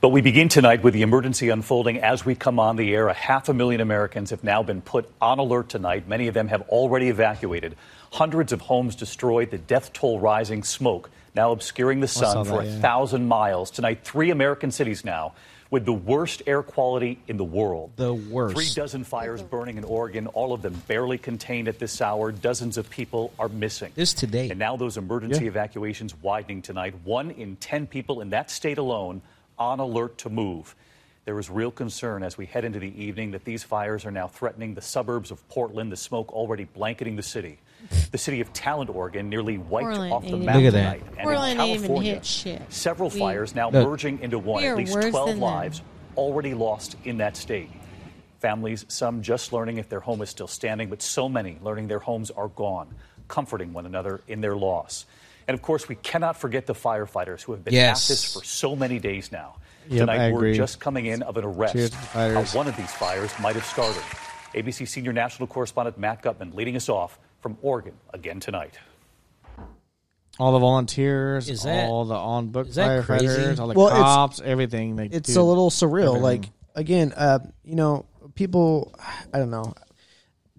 M: But we begin tonight with the emergency unfolding as we come on the air. A half a million Americans have now been put on alert tonight. Many of them have already evacuated. Hundreds of homes destroyed, the death toll rising, smoke now obscuring the
N: saw
M: sun for a
N: that, yeah.
M: thousand miles. Tonight, three American cities now with the worst air quality in the world.
C: The worst.
M: Three dozen fires burning in Oregon, all of them barely contained at this hour. Dozens of people are missing.
C: This today.
M: And now those emergency
C: Yeah.
M: evacuations widening tonight. One in 10 people in that state alone on alert to move. There is real concern as we head into the evening that these fires are now threatening the suburbs of Portland, the smoke already blanketing the city. The city of Talent, Oregon, nearly wiped
A: Portland
M: off the
A: ain't
M: map
A: even- Look at
M: tonight.
A: that.
M: And in
A: Portland ain't even
M: California,
A: hit shit.
M: several
A: We-
M: fires now
A: Look.
M: merging into one.
A: We are
M: At least
A: worse than
M: 12
A: them.
M: lives already lost in that state. Families, some just learning if their home is still standing, but so many learning their homes are gone, comforting one another in their loss. And of course, we cannot forget the firefighters who have been
C: Yes.
M: at this for so many days now.
H: Yep,
M: Tonight,
H: I
M: we're
H: agree.
M: just coming in of an
H: Cheers
M: arrest.
H: to the
M: How
H: fighters.
M: one of these fires might have started. ABC senior national correspondent Matt Gutman leading us off from Oregon again tonight.
H: all the volunteers,
M: Is that-
H: all the on book
M: is that
H: firefighters,
M: crazy?
H: all the
L: Well, it's-
H: cops, everything. Like,
L: it's
H: dude,
L: a little surreal.
H: everything.
L: Like again, uh, you know, people. I don't know.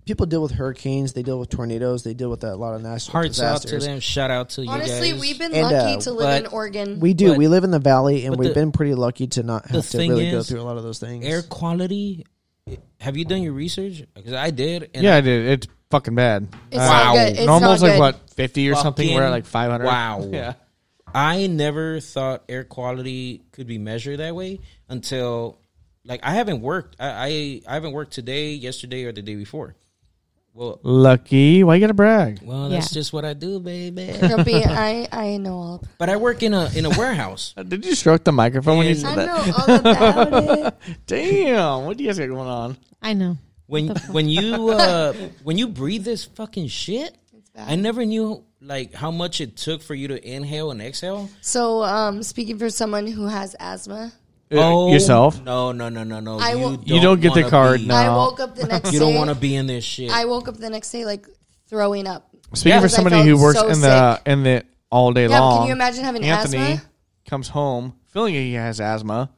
L: People deal with hurricanes. They deal with tornadoes. They deal with a lot of national
C: Hearts out
L: disasters.
C: to them. Shout out to you guys.
K: Honestly, we've been
L: And,
K: lucky
L: uh,
K: to live in
L: but-
K: Oregon.
L: We do.
C: But-
L: we live in the valley, and
C: but
L: we've
C: the-
L: been pretty lucky to not
C: the
L: have to
C: thing
L: really go
C: is,
L: through a lot of those things.
C: Air quality. it- Have you done your research? Because I did.
H: yeah, I did. It's fucking bad.
C: It's not good. It's
H: Normal's
C: not
H: like
C: good.
H: what fifty or something. We're at
C: Fucking-
H: like five hundred.
C: Wow.
H: Yeah.
C: I never thought air quality could be measured that way until, like, I haven't worked. I, I, I haven't worked today, yesterday, or the day before. Well,
H: Lucky. Why you gotta brag?
C: well, that's just what I do, baby.
K: Grumpy, I, I know all about
C: but I work in a in a warehouse.
H: Did you stroke the microphone when you said
K: I
H: that?
K: know all about it.
H: Damn, what do you guys got going on?
A: I know.
C: when when you uh, when you breathe this fucking shit, I never knew like how much it took for you to inhale and exhale.
K: So, um, speaking for someone who has asthma,
H: Uh,
M: Oh,
H: yourself?
C: No, no, no, no, no.
K: I wo-
H: You don't get the
C: wanna
H: card,
C: be-
H: no.
K: I woke up the next
C: You don't
K: day-
C: want to be in this shit.
K: I woke up the next day like throwing up.
H: Speaking for
K: Because I
H: somebody
K: felt
H: who works
K: so
H: in the in the all
K: Yeah,
H: day
K: but can
H: long.
K: you imagine having
H: Anthony
K: asthma?
H: comes home feeling he has asthma.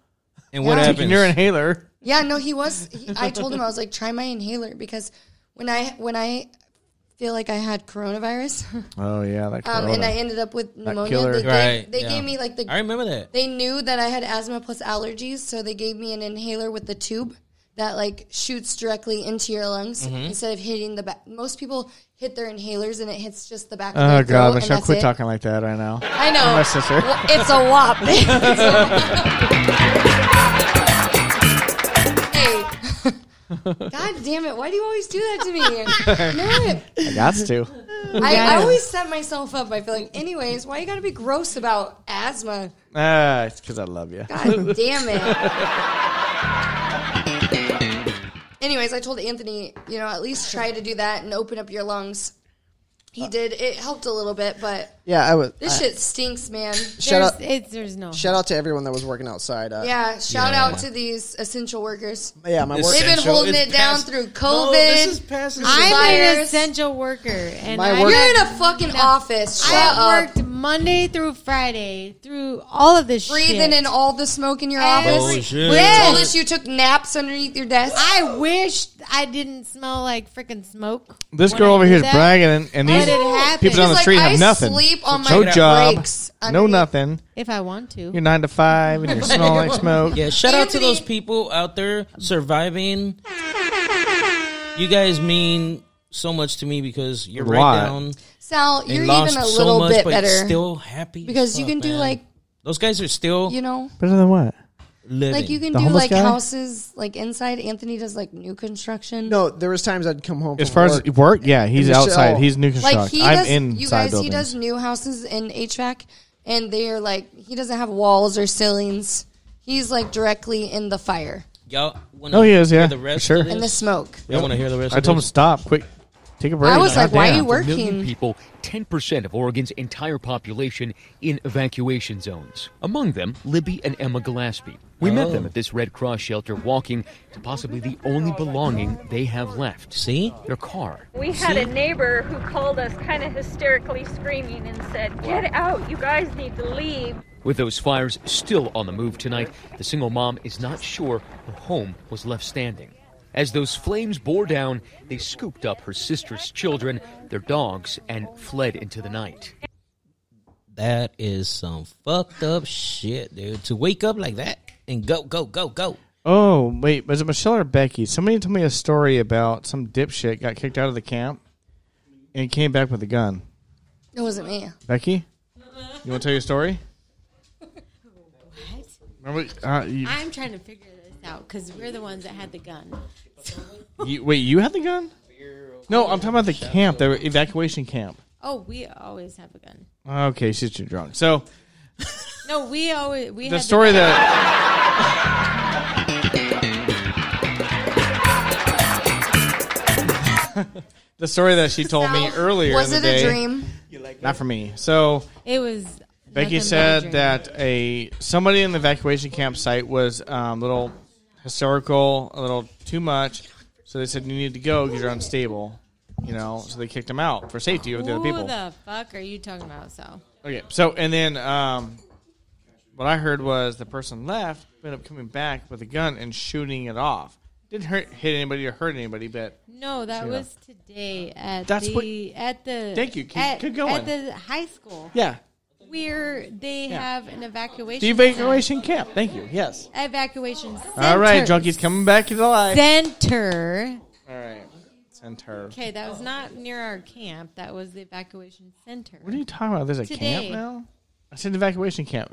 C: And
K: what Yeah.
H: Taking your
K: happens?
H: inhaler.
K: Yeah, no, he was. He, I told him I was like, try my inhaler because when I when I feel like I had coronavirus,
H: Oh yeah, that
K: um, and I ended up with
H: That
K: pneumonia.
H: killer.
K: They, gave-
H: Right,
K: they
H: yeah.
K: gave me like the.
C: I remember that.
K: They knew that I had asthma plus allergies, so they gave me an inhaler with the tube that like shoots directly into your lungs
H: Mhm.
K: instead of hitting the back. Most people hit their inhalers and it hits just the back.
H: Oh
K: of their
H: god,
K: throat, and
H: Michelle,
K: that's
H: quit
K: it.
H: talking like that right now.
K: I know.
H: My sister.
K: Well, It's a wop. hey. God damn it. Why do you always do that to me? No.
H: I got to.
K: I, I always set myself up by feeling, anyways, why you gotta be gross about asthma?
H: Ah, it's because I love you.
K: God damn it. Anyways, I told Anthony, you know, at least try to do that and open up your lungs.
H: Uh,
K: He did. It helped a little bit, but
L: Yeah, I was.
K: this
L: I-
K: shit stinks, man.
L: Shout out.
A: there's no.
L: Shout out to everyone that was working outside. Uh,
K: Yeah, shout out to these essential workers.
L: Yeah, my work-
K: They've been
L: Essential.
K: holding
L: It's
K: it down
L: past-
K: through
A: No,
K: COVID.
A: this is past I'm an
K: fires.
A: essential worker, and
K: My
A: I
K: work-
A: have-
K: You're in a fucking office.
A: I
K: Shut
A: have
K: up.
A: worked Monday through Friday through all of this
K: Breathing
A: shit.
K: in all the smoke in your
A: Every-
K: office.
A: Holy shit.
K: When you told
A: Yes.
K: us you took naps underneath your desk.
A: I wish I didn't smell like freaking smoke.
H: This
A: when
H: girl
A: I
H: over
A: do
H: here is
A: that.
H: bragging, and, and
A: But
H: these
A: it happens.
H: people down the
A: She's like,
H: street have
A: "I
H: nothing.
A: sleep on
H: no
A: my
H: job,
A: breaks
H: no
A: underneath."
H: nothing.
A: If I want to.
H: You're nine to five, and you smell like smoke.
C: Yeah, shout out to those people out there surviving. You guys mean so much to me because you're
L: A
C: right
L: lot.
C: down.
K: Sal,
C: and
K: you're
C: lost
K: even a
C: so
K: little
C: much,
K: bit
C: but
K: better.
C: Still happy as
K: because you
C: fuck,
K: can do
C: man.
K: like
C: those guys are still
K: you know
L: Better than what?
C: living.
K: like you can
L: The
K: do
L: homeless
K: like
L: guy?
K: houses like inside. Anthony does like new construction.
L: No, there was times I'd come home.
H: As
L: from
H: far as
L: work,
H: work, yeah,
L: and
H: he's
L: just-
H: outside.
L: oh,
H: He's new construction.
K: like he
H: I'm
K: does.
H: inside
K: You guys,
H: buildings.
K: he does new houses in HVAC, and they are like he doesn't have walls or ceilings. He's like directly in the fire
C: Y'all wanna
H: No, Oh, he is.
C: hear
H: Yeah,
C: the rest
H: for sure.
C: of this?
K: and the smoke.
C: Y'all want to hear the rest?
H: I
C: of
H: told him
C: this?
H: stop, quick, take a break.
K: I was like, why are you
H: Goddamn.
N: A million
K: working?
N: people, 10% of Oregon's entire population in evacuation zones. Among them, Libby and Emma Gillespie. We
C: Oh,
N: met them at this Red Cross shelter walking to possibly the only belonging they have left.
C: See?
N: Their car.
O: We had a neighbor who called us kind of hysterically screaming and said, Get out, you guys need to leave.
N: With those fires still on the move tonight, the single mom is not sure her home was left standing. As those flames bore down, they scooped up her sister's children, their dogs, and fled into the night.
C: That is some fucked up shit, dude. To wake up like that and go, go, go, go.
H: Oh wait, was it Michelle or Becky? Somebody told me a story about some dipshit got kicked out of the camp and came back with a gun.
K: It wasn't me.
H: Becky, you want to tell your story? Remember, uh, you,
A: I'm trying to figure this out because we're the ones that had the gun.
H: you- wait, you had the gun? No, I'm talking about the camp, the evacuation camp.
A: Oh, we always have a gun.
H: Okay, she's too drunk. So
A: No, we always we
H: the
A: had
H: story
A: the gun.
H: that the story that she told me earlier
K: Was
H: in
K: it
H: the day,
K: a dream?
H: Not for me. So
A: it was. nothing but
H: Becky
A: a
H: said
A: dream.
H: that a somebody in the evacuation campsite was um, a little hysterical, a little too much. So they said you need to go because you're unstable. You know, so they kicked him out for safety with the other
A: Who
H: people.
A: the fuck are you talking about? So
H: Okay, so and then um, what I heard was the person left ended up coming back with a gun and shooting it off. Didn't hurt hit anybody or hurt anybody, but
A: no, that
H: Yeah.
A: was today at
H: That's
A: the
H: what-
A: at the
H: Thank you. Keep-
A: at,
H: keep going.
A: at the high school.
H: Yeah.
A: where they
H: Yeah.
A: have an evacuation.
H: the evacuation camp. Thank you. Yes.
A: center. Evacuation. Center.
H: All right, junkies coming back to the life.
A: Center.
H: All right, center.
A: Okay, that was not near our camp. That was the evacuation center.
H: What are you talking about? There's a
A: Today.
H: camp now. I said evacuation camp,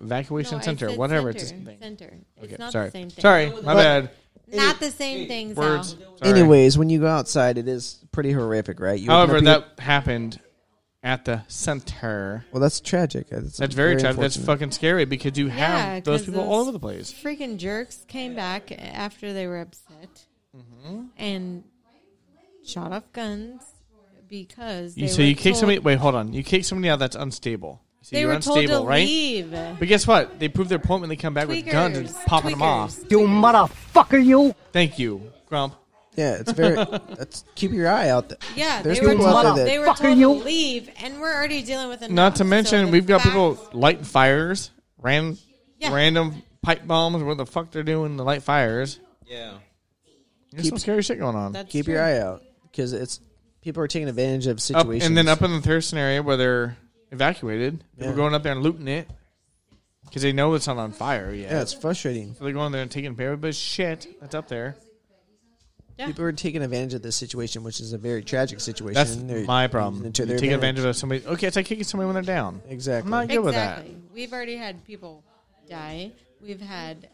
A: No,
H: evacuation
A: I
H: center,
A: said
H: whatever.
A: Center.
H: It's the same thing.
A: Center. It's
H: Okay,
A: not
H: sorry.
A: the same thing.
H: Sorry, my bad.
A: Not the same thing. Sal.
H: Words. Sorry.
L: Anyways, when you go outside, it is pretty horrific, right? You open
H: However,
L: up your-
H: that happened at the center.
L: well, that's tragic. That's,
H: That's very, tragic. That's
L: unfortunate.
H: fucking scary because you
A: Yeah,
H: have those
A: 'cause
H: people all over the place.
A: Freaking jerks came back after they were upset
H: Mm-hmm.
A: and shot off guns because
H: You,
A: they
H: so you
A: were
H: kick
A: told-
H: somebody. Wait, hold on. You kick somebody out that's unstable. So
A: They
H: you're
A: were told
H: unstable,
A: to
H: right?
A: leave.
H: But guess what? They prove their point when they come back with guns and
A: Tweakers.
H: popping them off.
A: Tweakers.
L: You motherfucker, you.
H: Thank you, Grump.
L: Yeah, it's very. that's, keep your eye out there.
A: Yeah,
L: there's
A: they were
L: people
A: told,
L: out there that
A: they were told to leave, and we're already dealing with enough.
H: Not to
A: So
H: mention,
A: the
H: we've got
A: fact-
H: people lighting fires, ran,
A: Yeah.
H: random pipe bombs. What the fuck they're doing? The light fires.
C: Yeah.
H: There's some scary shit going on.
L: keep your eye out because it's people are taking advantage of
H: Up-
L: situations.
H: and then up in the Thurston area where they're evacuated, people
L: Yeah.
H: going up there and looting it because they know it's not on fire yet.
L: yeah, it's frustrating.
H: So they're going there and taking everybody's shit that's up there.
L: People are taking advantage of this situation, which is a very tragic situation.
H: That's
L: They're
H: my problem.
L: using
H: You
L: it to
H: take
L: their
H: advantage of somebody. Okay, it's like kicking somebody when they're down.
L: Exactly.
H: I'm not good with that.
A: exactly. We've already had people die. We've had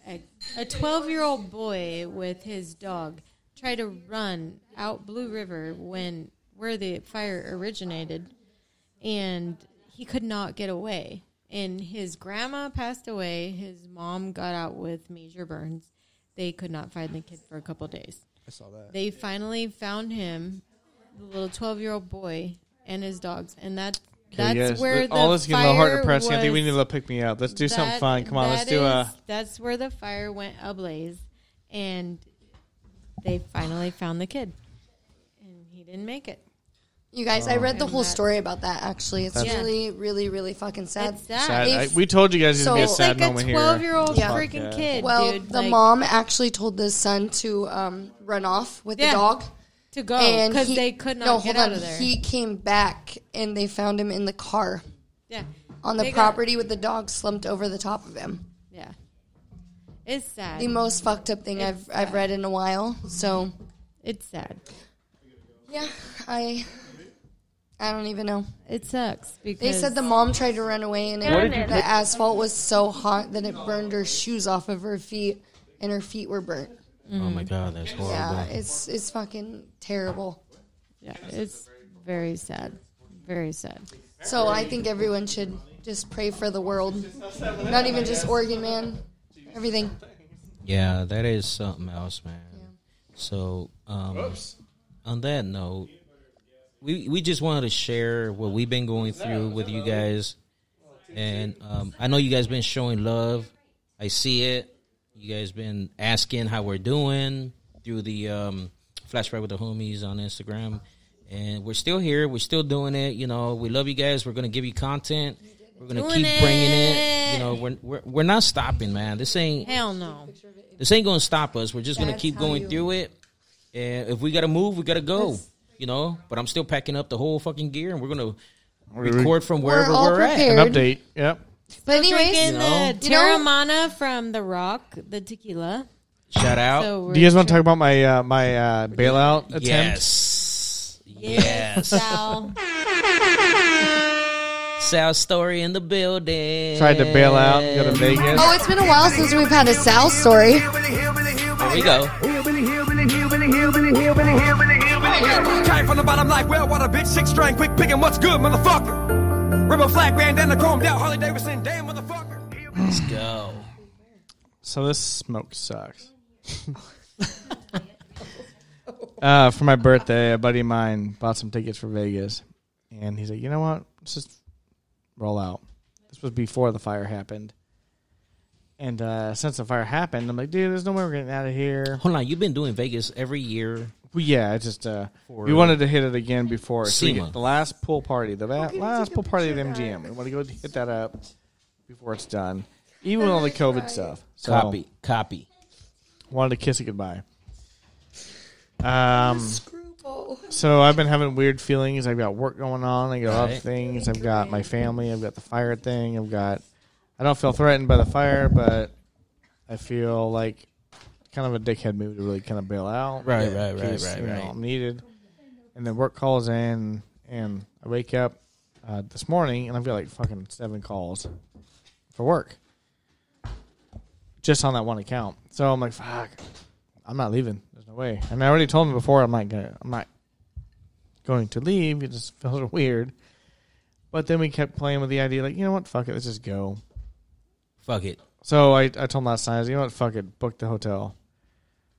A: a 12 year old boy with his dog try to run out Blue River when where the fire originated, and he could not get away. And his grandma passed away. His mom got out with major burns. They could not find the kid for a couple days.
L: I saw that.
A: They finally found him, the little twelve-year-old boy and his dogs, and that that's
H: Okay, guys,
A: where
H: look,
A: the
H: all this is getting a little heart
A: fire
H: depressing. I think we
A: was-
H: need to pick me up. Let's do something
A: that-
H: fun. Come on, let's
A: that
H: do
A: is-
H: a.
A: That's where the fire went ablaze, and they finally found the kid, and he didn't make it.
K: You guys, I
A: Oh.
K: read the whole
A: And that-
K: story about that. Actually, it's
H: That's- Yeah.
K: really, really, really fucking sad.
A: It's sad.
H: Sad. I- we told you guys it was gonna be a
K: So-
H: sad moment here.
A: 12-year-old freaking kid,
K: Well,
A: dude,
K: the
A: like-
K: mom actually told the son to um, run off with
A: Yeah,
K: the dog
A: to go,
K: and
A: Oh, 'cause
K: he-
A: they could not
K: no,
A: get
K: hold
A: out
K: on.
A: of there.
K: He came back and they found him in the car
A: Yeah,
K: on the
A: They got-
K: property with the dog slumped over the top of him.
A: Yeah, it's sad.
K: The most fucked up thing I've I've read in a while. So
A: it's sad.
K: Yeah, I. I don't even know.
A: It sucks because
K: They said the mom tried to run away and
A: What did you
K: it, the
A: put-
K: asphalt was so hot that it burned her shoes off of her feet and her feet were burnt.
C: Oh my god, that's horrible.
K: Mm-hmm. Yeah, it's it's fucking terrible.
A: Yeah, it's very sad. Very sad.
K: So I think everyone should just pray for the world. Not even just Oregon, man. Everything.
C: Yeah, that is something else, man. So, um, on that note, we we just wanted to share what we've been going through with you guys, and um, I know you guys been showing love. I see it. You guys been asking how we're doing through the um, flashback with the homies on Instagram, and we're still here. We're still doing it. You know, we love you guys. We're gonna give you content. We're gonna
A: Doing
C: keep bringing it. You know, we're, we're we're not stopping, man. This ain't
A: Hell no.
C: this ain't gonna stop us. We're just gonna
A: That's
C: keep
A: how
C: going
A: you-
C: through it, and if we gotta move, we gotta go. you know, but I'm still packing up the whole fucking gear, and we're gonna record from
K: We're
C: wherever
K: all
C: we're, at.
K: prepared. An
H: update, yep.
A: But
K: anyways-
A: anyways,
C: You know?
A: the Terramana from The Rock, the tequila.
C: Shout out.
A: So
H: Do you guys want to talk about my uh, my uh, bailout attempt?
C: Yes. Yes.
A: Sal.
C: Sal story in the building.
H: Tried to bail out, go to Vegas.
K: Oh, it's been a while since we've had a Sal story.
C: There we go.
J: Came from the bottom like, well, what a bitch, six string, quick picking, what's good, motherfucker? Rebel flag, bandana, chromed out, Harley Davidson, damn, motherfucker.
C: Let's go.
H: So this smoke sucks. uh, for my birthday, a buddy of mine bought some tickets for Vegas, and he's like, "You know what? Let's just roll out." This was before the fire happened, and uh, since the fire happened, I'm like, "Dude, there's no way we're getting out of here."
C: Hold on, you've been doing Vegas every year.
H: Well, yeah, it's just uh,
C: For-
H: we wanted to hit it again before so we
C: SEMA.
H: get the last pool party, the la- last pool party of MGM. We want to go hit that up before it's done, even with all the COVID stuff. So-
C: Copy, copy.
H: wanted to kiss it goodbye. Um, so I've been having weird feelings. I've got work going on. I got other
C: Right.
H: things. I've got my family. I've got the fire thing. I've got. I don't feel threatened by the fire, but I feel like kind of a dickhead move to really kind of bail out.
C: Right, right, right,
H: 'cause,
C: right,
H: you know,
C: right.
H: I'm needed, and then work calls in, and I wake up uh, this morning and I've got like fucking seven calls for work just on that one account. So I'm like, fuck, I'm not leaving. There's no way. And I already told him before, I'm not gonna, I'm not going to leave. It just felt weird. But then we kept playing with the idea, like, you know what, fuck it, let's just go.
C: Fuck it.
H: So I, I told him last night, I was, you know what, fuck it, book the hotel.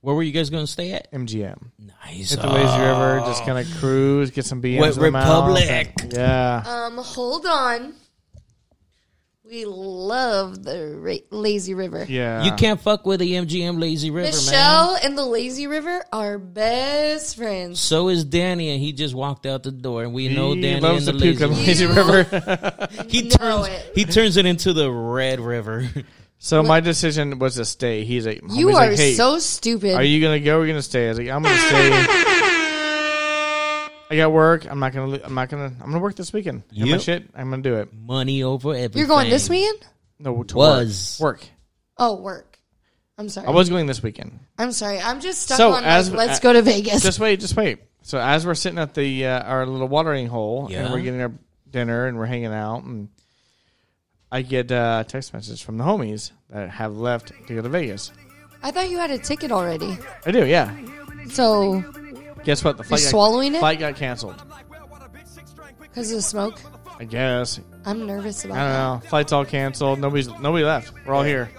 C: Where were you guys going to stay at?
H: MGM.
C: Nice.
H: Hit the lazy river, just kind of cruise, get some BMs.
C: Wet
H: in the mouth.
C: Oh. Republic.
H: Yeah.
K: Um, hold on. We love the ra- lazy river.
H: Yeah.
C: You can't fuck with the MGM Lazy River, man.
K: Michelle and the lazy river are best friends.
C: So is Danny, and he just walked out the door, and we
H: He
C: know Danny
H: loves
C: and the
H: to puke
C: Lazy,
H: on the Lazy You River.
C: he
K: know
C: turns
K: it.
C: he turns it into the Red River.
H: So my decision was to stay. He's like,
K: You
H: he's like,
K: are
H: "Hey,
K: so stupid."
H: Are you gonna go? Or are you gonna stay? I was like, I'm gonna stay. I got work. I'm not gonna. li- I'm not gonna. I'm gonna work this weekend. I got my
C: Yep.
H: shit. I'm gonna do it.
C: Money over everything.
K: You're going this weekend?
H: No, to
C: Was.
H: work. work.
K: Oh, work. I'm sorry.
H: I was going this weekend.
K: I'm sorry. I'm just stuck
H: so
K: on
H: as
K: like, let's go to Vegas.
H: Just wait. Just wait. So as we're sitting at the uh, our little watering hole
C: Yeah.
H: and we're getting our dinner and we're hanging out and I get uh, text messages from the homies that have left to go to Vegas.
K: I thought you had a ticket already.
H: I do. Yeah.
K: So,
H: Guess what? The flight got,
K: swallowing it?
H: Flight got canceled.
K: because of the smoke,
H: I guess.
K: I'm nervous
H: I
K: about
H: don't
K: that.
H: know. Flight's all canceled. Nobody's nobody left. We're all here.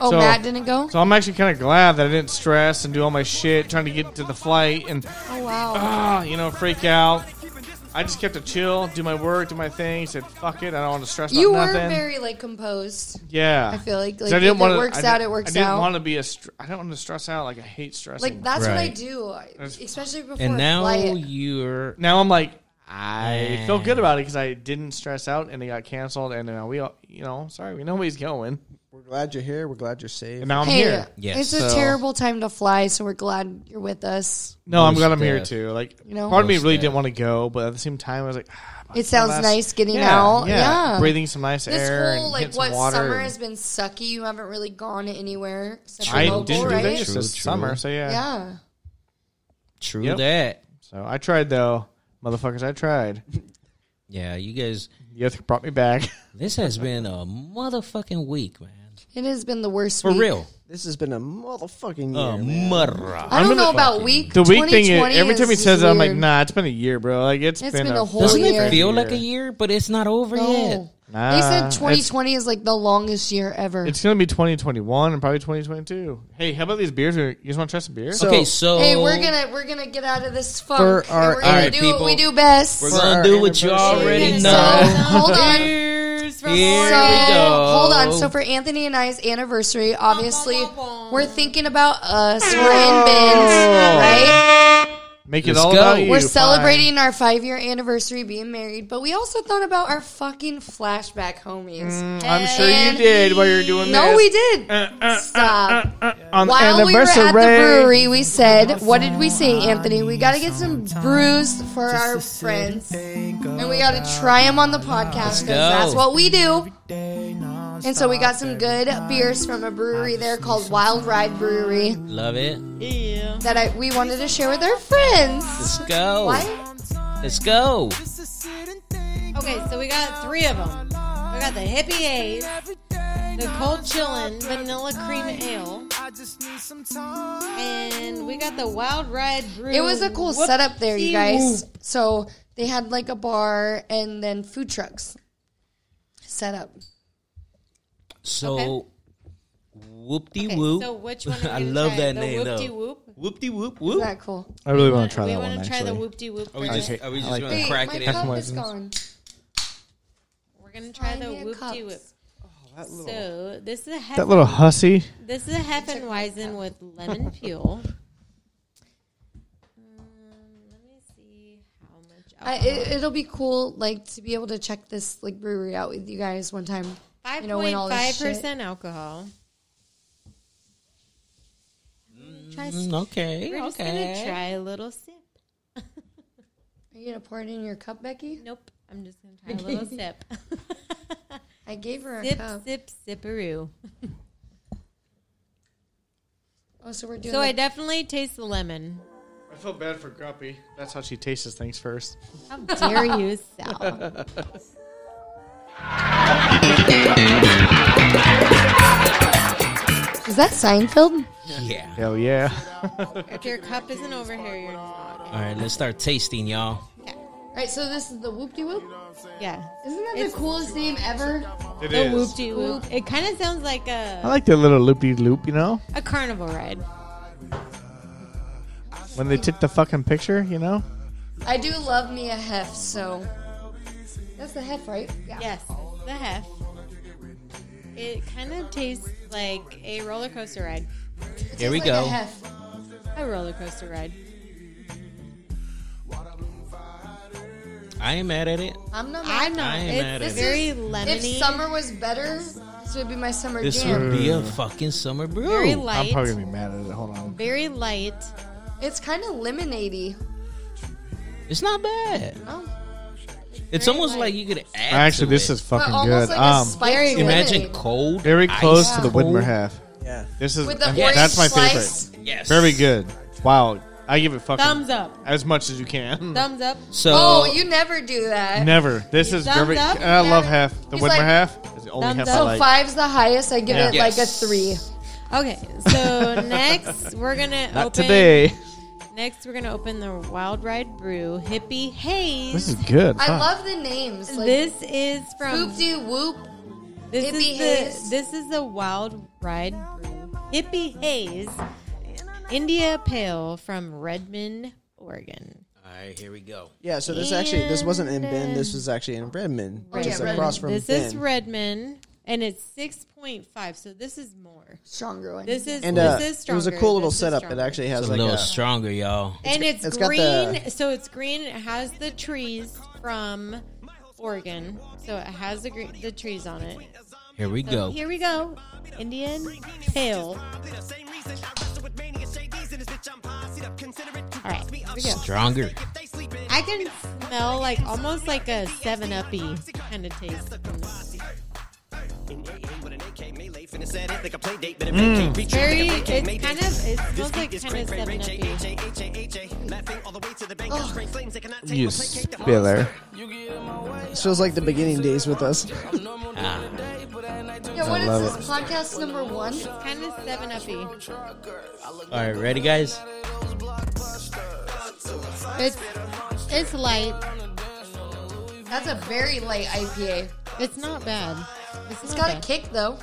K: Oh,
H: So-
K: Matt didn't go?
H: So I'm actually kind of glad that I didn't stress and do all my shit trying to get to the flight and
K: Oh, wow.
H: ah, you know, freak out. I just kept to chill, do my work, do my thing. Said fuck it, I don't want to stress.
K: you
H: about
K: were
H: nothing.
K: very, like, composed.
H: yeah.
K: I feel like,
H: 'Cause
K: like
H: I didn't
K: if
H: wanna-
K: it works
H: I
K: out,
H: didn't-
K: it works
H: I didn't
K: out.
H: want to be a. Str- I don't want to stress out. Like I hate stressing.
K: like, that's what I
C: Right.
K: do, I-
H: That's-
K: especially before
C: And
K: a
C: now
K: flight.
C: you're
H: Now I'm like, I feel good about it because I didn't stress out and it got canceled. And now we all, you know, sorry, we nobody's going.
L: We're glad you're here. We're glad you're safe.
H: And now I'm
K: Hey, uh,
H: here.
K: It's a terrible time to fly, so we're glad you're with us.
H: No, I'm
C: Most
H: glad I'm here
C: death.
H: too. Like,
K: You know?
H: part of me
C: Most
H: really
C: death.
H: didn't want to go, but at the same time, I was like, ah, my
K: It sounds
H: last-
K: nice getting
H: Yeah,
K: out.
H: yeah.
K: Yeah.
H: breathing some nice
K: this
H: air
K: whole
H: and
K: like
H: hit some
K: what
H: water
K: summer
H: and-
K: has been sucky. You haven't really gone anywhere. Except for
H: I
K: local,
H: didn't do
K: right?
H: Vegas this
C: True, true.
H: summer, so yeah.
K: Yeah.
C: True
H: Yep.
C: that.
H: So I tried though, motherfuckers. I tried.
C: Yeah, you guys.
H: You guys brought me back.
C: This has been a motherfucking week, man.
K: It has been the worst
C: For
K: week.
C: real.
L: This has been a motherfucking
C: A
L: year. man.
C: mother-
K: I don't know about week.
H: The week thing is
K: 2020
H: every time he
K: is
H: says it, I'm like,
K: weird.
H: nah, it's been a year, bro. Like
K: It's
H: been,
K: been a whole
H: fucking
K: Doesn't it year.
C: Feel like a year, but it's not over
K: No.
C: yet.
H: Nah,
K: they said
H: it's-
K: 2020 is like the longest year ever.
H: It's gonna be 2021 and probably 2022. Hey, how about these beers? You just want to try some beers?
C: So- Okay, so-
K: hey, we're gonna we're gonna get out of this funk.
H: For
K: and
H: our-
K: we're gonna
C: Alright,
K: do
C: people.
K: what we do best.
C: We're gonna do what you already know.
K: Hold on.
C: Here
K: So,
C: we go.
K: hold on. So for Anthony and I's anniversary, obviously we're thinking about us. We're in bins, right?
H: Make it
C: Let's
H: all
C: go.
H: about you.
K: We're
H: fine.
K: celebrating our five year anniversary being married, but we also thought about our fucking flashback homies.
H: Mm, I'm sure you did while you were doing
K: No,
H: this. Uh,
K: we did. Stop.
H: on
K: While we were at the
H: anniversary.
K: brewery, we said, "What did we say, Anthony? We got to get some brews for our friends, and we got to try them on the podcast because
C: go.
K: that's what we do." And so we got some good beers from a brewery there called Wild Ride Brewery
C: Love it.
K: that I, we wanted to share with our friends.
C: Let's go.
K: What?
C: Let's go.
A: Okay, so we got three of them. We got the Hippie A's, the Cold Chillin' Vanilla Cream Ale, and we got the Wild Ride Brew.
K: It was a cool
A: Whoop-
K: setup there, you
A: Whoopsie
K: guys.
A: whoop.
K: So they had like a bar and then food trucks set up.
C: So,
K: Okay.
C: whoop de
K: Okay,
C: whoop.
A: So which one? Are we
C: I
A: gonna
C: love
A: try?
C: that
A: the
C: name
A: Whoop de
C: though.
A: whoop.
C: Whoop de whoop
K: Isn't
C: whoop.
K: that cool?
H: I really want to try
A: We
H: that
A: wanna
H: one.
A: try the
H: actually.
A: whoop de whoop
C: Are we
A: first.
C: just- are we
H: I
C: just gonna
K: Wait,
C: crack
K: my
C: it in?
K: cup is
H: License.
K: gone.
A: We're gonna try the
K: Try me a
A: whoop de whoop. So this is a
H: Oh, That little hussy.
A: This is a Heffenweizen with lemon Um, fuel.
K: I, it, it'll be cool, like to be able to check this like brewery out with you guys one time.
A: Five
K: You know, when
A: point
K: all
A: five
K: this shit-
A: percent alcohol. Try, s-
C: Mm, okay,
A: We're just
C: okay.
A: gonna try a little sip.
K: Are you gonna pour it in your cup, Becky?
A: Nope, I'm just gonna try a little sip.
K: I gave her a
A: Sip,
K: cup.
A: sip, sipperoo.
K: Oh, so we're doing.
A: So
K: the-
A: I definitely taste the lemon.
H: I feel bad for Grumpy. That's how she tastes things first.
A: How dare you, Sal?
K: is that Seinfeld?
C: Yeah.
H: Hell yeah.
A: If your cup isn't over here, you're not.
C: All right, let's start tasting, y'all.
K: Right. So this is the whoop de whoop.
A: Yeah.
K: Isn't that the coolest name ever?
H: It
A: the
H: is.
A: whoop de whoop. It kind of sounds like a
H: I like the little loopy loop, you know?
A: a carnival ride.
H: When they took the fucking picture, you know?
K: I do love me a hef. So that's the hef, right? Yeah.
A: Yes, the hef. It kind of tastes like a roller coaster ride.
C: Here we
K: Like
C: go.
K: A hef.
A: A roller coaster ride.
C: I am mad at it.
K: I'm not. Mad.
A: I'm not.
C: I am mad
A: It's
C: at
A: very
C: it.
A: lemony.
K: If summer was better, this would be my summer
C: This
K: jam.
C: would be
H: Mm.
C: a fucking summer brew.
A: Very light.
H: I'm probably going to be mad at it. Hold on.
A: very light.
K: It's kind of lemonadey.
C: It's not bad.
K: Oh.
C: It's almost like you could add.
H: Actually,
C: to
H: this
C: it.
H: is fucking
K: almost
H: good.
K: like a
H: um,
K: spiked Very
C: imagine
K: lemonade.
C: cold,
H: very
C: ice
H: close to the
C: cold.
H: Woodmere half.
L: Yeah.
H: This is
K: With the
H: yeah, that's my
K: orange slice.
H: favorite.
C: Yes.
H: Very good. Wow, I give it fucking
A: Thumbs up.
H: as much as you can.
A: Thumbs up.
C: So
K: oh, you never do that.
H: Never. This is
A: Thumbs
H: very.
A: up?
H: and I love half the
K: He's
H: Woodmere
K: like-
H: half. Is the only
A: Thumbs
H: half
A: up.
H: I
K: So
H: like.
K: five's the highest. I give
H: Yeah.
K: it like a
C: Yes.
K: three.
A: Okay, so next we're gonna
H: Not
A: open.
H: today.
A: Next we're gonna open the Wild Ride Brew Hippie Haze.
H: This is good.
K: I
H: Fuck.
K: love the names. Like,
A: this is from
K: whoop de whoop.
A: this
K: Hippie
A: is
K: Haze.
A: the this is the Wild Ride Brew Hippie Haze India Pale from Redmond, Oregon.
C: All right, here we go.
L: Yeah, so this actually this wasn't in Ben. This was actually in Redmond,
K: Oh, yeah,
L: just
K: Redmond.
L: across from
A: this
L: Ben.
A: is Redmond, and it's six point five. So this is more.
K: Stronger one.
A: This is
L: and
A: this
L: uh,
A: is
L: it
A: stronger.
L: was a cool little
A: This is
L: setup. It
A: stronger.
L: actually has
C: It's a
L: like
C: little
L: a
C: stronger, y'all.
A: and it's,
L: it's got
A: green.
L: the-
A: so it's green. It has the trees from Oregon. So it has the green, the trees on it.
C: Here we
A: So
C: go.
A: Here we go. Indian pale. All right, here we go.
C: Stronger.
A: I can smell like almost like a
H: Mm.
A: Seven Uppy kind of taste. From this. Mm. Very, it's kind of, it smells like kind of 7 Up.
L: You spiller. This feels like the beginning days with us.
K: Yeah, what
L: I
K: is
L: love
K: this?
L: it.
K: Podcast number one?
A: Kind of 7 Uppy.
C: All right, ready, guys?
A: It's, it's light.
K: That's a very light IPA.
A: It's not bad.
K: it's
A: not
K: got
A: bad.
K: a kick though.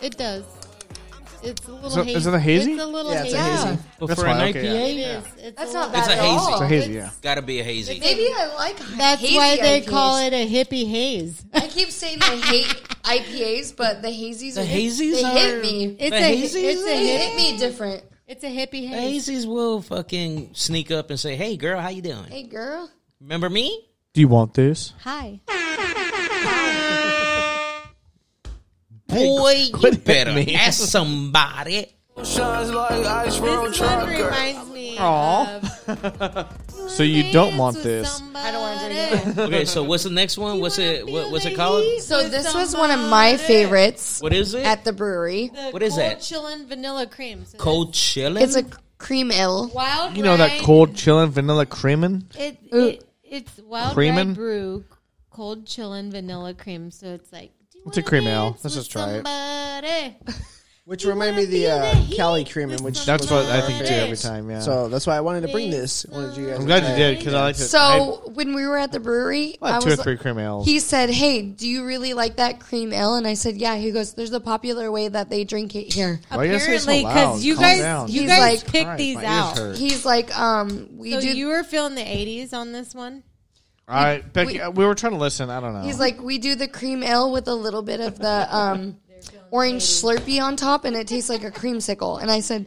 A: It does. It's a little
H: Is it-
A: hazy.
H: is it a hazy?
A: It's a little
L: Yeah, it's a hazy.
C: But
H: That's
C: for
H: why,
C: an
H: okay,
C: IPA,
K: It
A: is. It's
K: That's
A: a
K: not
C: it's
K: bad
C: a
K: at all.
C: hazy.
H: It's a hazy, yeah.
C: Gotta be a hazy.
K: Maybe I like.
A: That's
K: hazy
A: why they
K: IPAs.
A: call it a hippie haze.
K: I keep saying I hate IPAs, but the hazies.
C: The
K: are-
C: hazies
K: They
C: are-
K: hit me.
A: It's
C: The
A: a
C: hazies
A: it's
K: They
A: a
K: hit me different.
A: It's a hippie
C: The
A: haze.
C: Hazies will fucking sneak up and say, "Hey, girl, how you doing?
K: Hey girl.
C: Remember me?"
H: Do you want this?
A: Hi.
C: Boy, you
H: quit hitting
C: better
H: me.
C: ask somebody.
A: This one reminds me
H: Aw.
A: of
H: So you don't want this?
K: I don't want to drink it.
C: Okay, so what's the next one? What's it? What, what's it called?
K: So this was one of my favorites
C: What is it?
K: at the brewery.
A: the
C: What is
A: cold
C: that?
A: Chillin' vanilla cream. So
C: Cold chillin'.
K: It's a cream ale.
A: wild.
H: You know that
A: rye-
H: cold chillin' vanilla creamin'?
A: It,
K: Ooh.
A: it it's wild rye
H: Creamin'?
A: brew, cold chillin' vanilla cream. So it's like. do you
H: It's a
A: wanna
H: cream ale.
A: dance
H: Let's
A: with
H: just try it.
A: somebody?
L: Which reminded me of the uh, Cali cream, in which
H: That's what I
L: was
H: think too
L: perfect.
H: every time. Yeah.
L: So that's why I wanted to bring this. Wanted you guys
H: I'm
L: to
H: glad
L: try
H: you
L: it.
H: did because I like to.
K: So when we were at the brewery,
H: I,
K: I
H: like two or
K: was
H: three cream ales.
K: he said, "Hey, do you really like that cream ale?" And I said, "Yeah." He goes, "There's a popular way that they drink it here."
H: Why you gotta say it so
A: Apparently,
H: loud?
A: because you
H: Calm
A: guys
H: down.
A: you
K: He's
A: guys
K: like-
A: picked
H: Christ,
A: these
H: my ears
A: out.
H: hurt.
K: He's like, "Um, we
A: so
K: do."
A: you were feeling the '80s on this one.
H: All right, Becky,
K: we-
H: uh, we were trying to listen. I don't know.
K: he's like, "We do the cream ale with a little bit of the um, orange Slurpee on top, and it tastes like a creamsicle." And I said,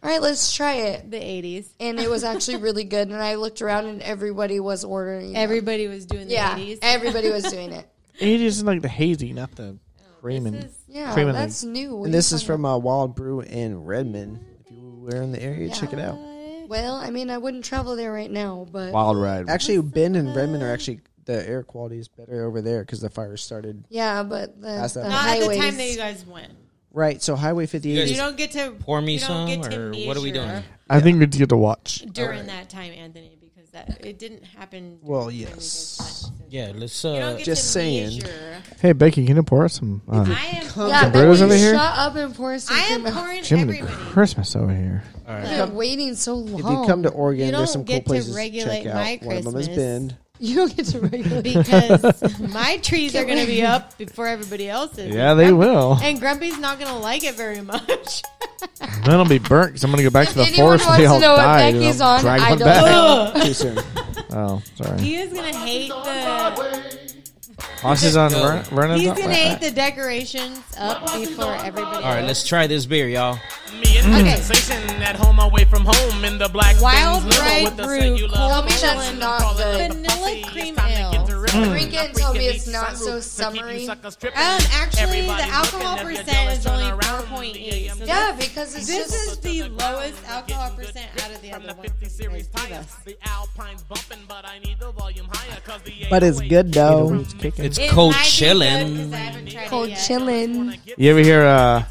K: "All right, let's try it."
A: The '80s.
K: And it was actually really good. And I looked around, and everybody was ordering. them.
A: Everybody was doing the
K: yeah,
A: 80s.
K: everybody was doing it.
H: it isn't like the hazy, not the
K: "Oh,
H: creamin'.
K: Yeah,
H: Cream and
K: that's new. What
L: And
K: are you
L: this is
K: talking
L: from uh, Wild Brew in Redmond. If you were in the area, check it out.
K: about? Well, I mean, I wouldn't travel there right now, but
H: Wild ride.
L: Actually, Bend and Redmond are actually the air quality is better over there because the fire started
K: Yeah, but the,
L: That's
K: the
L: that-
A: Not at the
K: highways.
A: time that you guys went.
L: right. So Highway 58.
A: You
L: is-
A: don't get to
C: Pour me
A: you don't
C: some,
A: get to
C: or what are we
A: measure
C: doing?
H: I think we need to watch.
A: during that time, Anthony? Because that it didn't happen.
L: Well,
A: during when you
L: yes.
A: guys went.
C: Yeah, let's
A: You don't
C: uh,
A: get
L: just
A: to
L: saying.
A: measure.
H: Hey, Becky, can you pour us some uh,
A: I am.
K: yeah,
H: Some burritos
K: Becky,
H: over here?
K: shut up and pour us some
A: I am
K: cream ale.
A: pouring
H: Jiminy
A: everybody.
H: Christmas over here?
K: I've been waiting so long.
L: if
H: Oh.
L: you come to Oregon,
A: You
L: there's
A: don't
L: some cool
A: get to
L: places to
A: regulate
L: check out.
A: my
L: One of them is
A: Christmas.
L: Bend.
K: you don't get to regulate.
A: because my trees are going to be up before everybody else's.
H: Yeah, they will.
A: And Grumpy's not going to like it very much.
H: Then I'll be burnt because I'm gonna go back
K: If
H: to the
K: anyone
H: forest and
K: wants
H: they
K: to
H: all
K: know what
H: die. and
K: Becky's
H: I'll
K: on,
H: drag
K: I
H: one
K: don't
H: back.
L: Too soon.
H: Oh, sorry.
A: he is going to hate the
H: Hosses on Ver- Vernon's.
A: he's
H: on-
A: going to hate the decorations up before everybody.
C: All right, let's try this beer, y'all.
P: Me and
A: Okay.
P: sensation at home away from home in the black
A: Wild
P: Benz limo
A: Rye
P: with the
A: Brew
P: cellular
A: Cold
K: Tell me
P: phone.
K: that's not good.
A: vanilla cream ale.
K: Drink it and tell me it's not so summery.
A: And actually, the
P: Everybody
A: alcohol
P: looking at your
A: percent is
P: jealous
A: only
P: turn
A: four
P: around.
A: point eight. So
K: Yeah, because it's
A: this
K: just
A: is the lowest alcohol percent out of the other one.
L: But it's good though.
H: It's kicking.
C: It's cold chillin'.
K: cold chillin'.
H: You ever hear? uh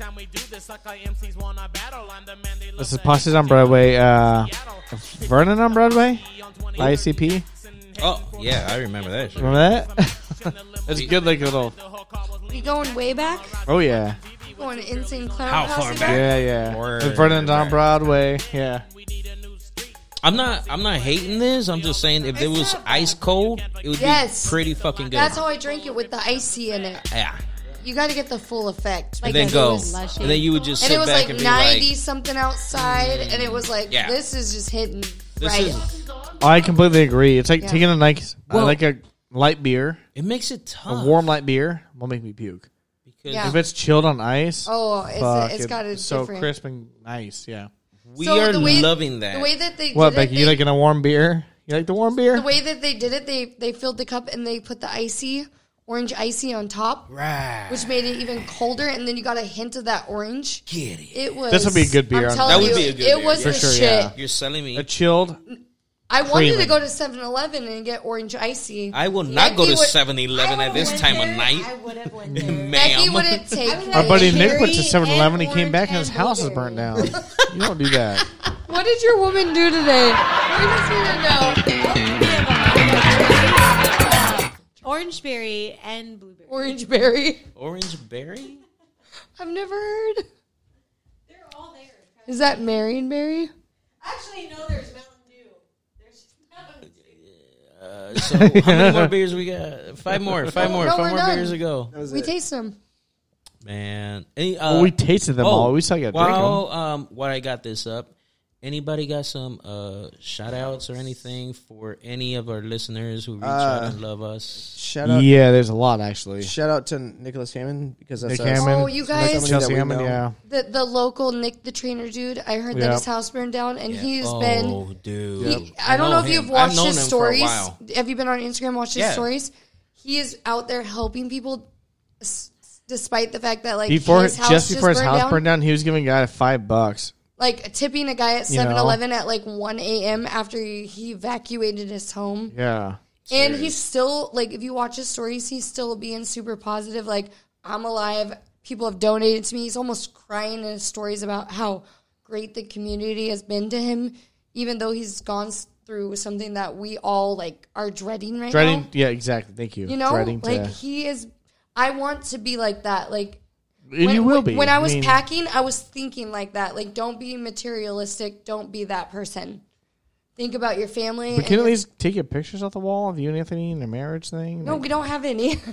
H: This is Posses on Broadway. uh Vernon on Broadway. ICP.
C: Oh yeah, I remember that. shit.
H: Remember that? That's a good, like little.
K: You going way back?
H: Oh yeah,
K: You Going insane clown
C: How
K: house
C: far
K: again?
C: back?
H: yeah, yeah.
C: Word.
H: With Vernon's on Broadway. Yeah.
C: I'm not. I'm not hating this. I'm just saying if it was ice cold, it would
K: Yes.
C: be pretty fucking good.
K: That's how I drink it with the icy in it.
C: yeah.
K: You got to get the full effect.
C: and then
K: it
C: go,
K: was-
C: and then you would just
K: and
C: sit
K: it was
C: back
K: like
C: and
K: 90
C: be like,
K: something outside, and it was like,
C: Yeah.
K: this is just hitting
C: "This
K: right.
C: is."
H: I completely agree. It's like
K: Yeah.
H: taking a nice,
C: Well-
H: uh, like a light beer,
C: It makes it
H: a
C: tough.
H: warm light beer will make me puke.
C: because
K: Yeah.
H: If it's chilled on ice,
K: Oh, it's-
H: fuck,
K: it's
H: it-
K: got a
H: it's so
K: different-
H: crisp and nice. Yeah.
C: we
K: So
C: are
K: the way-
C: loving that.
K: The way that they
H: What,
K: did
H: Becky?
K: it,
H: You
K: they-
H: like in a warm beer? You like the warm beer?
K: the way that they did it, they they filled the cup and they put the icy orange icy on top, right? Which made it even colder, and then you got a hint of that orange.
C: Get it.
K: It was
H: This would be a good beer
K: I'm
H: on-
K: telling
C: That would
K: you,
C: be a good
K: It
C: beer,
K: was
C: yeah.
K: the
H: For sure,
K: shit.
H: yeah.
C: You're selling me.
H: a chilled
K: I wanted to
C: Creaming.
K: go to 7 Eleven and get orange icy.
C: I will not go to
K: would-
C: 7 Eleven at this time of night. I would have went there.
K: Becky
C: Ma'am.
K: wouldn't take
H: Our
K: it.
H: buddy Nick went to 7 Eleven. He came back and his house was burnt down. you don't do that.
K: What did your woman do today? We just need to know.
A: Orange berry and blueberry.
K: Orange berry.
C: Orange berry?
K: I've never heard. They're all there. Is that Marion Berry?
A: Actually, no, there's Mountain
C: Uh, so how many more beers we got? Five more. Five more.
K: No,
C: five
K: we're
C: more
K: done.
C: beers to go.
K: We taste them.
C: Man, Any, uh,
H: Well, we tasted
C: oh,
H: them all. We still gotta drink
C: While um, while I got this up, anybody got some uh, shout outs or anything for any of our listeners who reach out
L: Uh,
C: and love us?
L: Shout out.
H: Yeah, there's a lot actually.
L: Shout out to Nicholas Hammond because that's
H: Nick
L: us.
H: Hammond.
K: Oh, you guys-
L: Somebody that
H: Chelsea
L: we
H: Hammond,
L: know.
H: yeah.
K: The the local Nick the Trainer dude. I heard
L: Yeah.
K: that his house burned down, and
L: Yeah.
K: he's
L: Oh,
K: been.
C: dude.
K: he-
C: Yep.
K: I,
C: I
K: don't
C: know
K: know if
C: him.
K: you've
C: I've
K: watched
C: known
K: his
C: him for a
K: stories.
C: while.
K: Have you been on Instagram watched his
C: Yeah.
K: stories? He is out there helping people, s- despite the fact that like
H: before
K: his house
H: just before his house
K: down.
H: burned down, he was giving a guy five bucks.
K: like tipping a guy at
H: You know.
K: 7 Eleven at like 1 a.m. after he he evacuated his home.
H: Yeah.
K: And he's still, like, if you watch his stories, he's still being super positive. Like, I'm alive. People have donated to me. He's almost crying in his stories about how great the community has been to him, even though he's gone s- through something that we all, like, are dreading right
H: dreading.
K: now.
H: Yeah, exactly. Thank you.
K: You know,
H: dreading
K: like,
H: to,
K: he is. I want to be like that. Like,
H: And you will be.
K: when I was
H: mean,
K: packing, I was thinking like that. Like, don't be materialistic. Don't be that person. Think about your family.
H: But
K: and
H: can you
K: your-
H: at least take your pictures off the wall of you and Anthony and their marriage thing?
K: no,
H: Like,
K: we don't have any.
H: can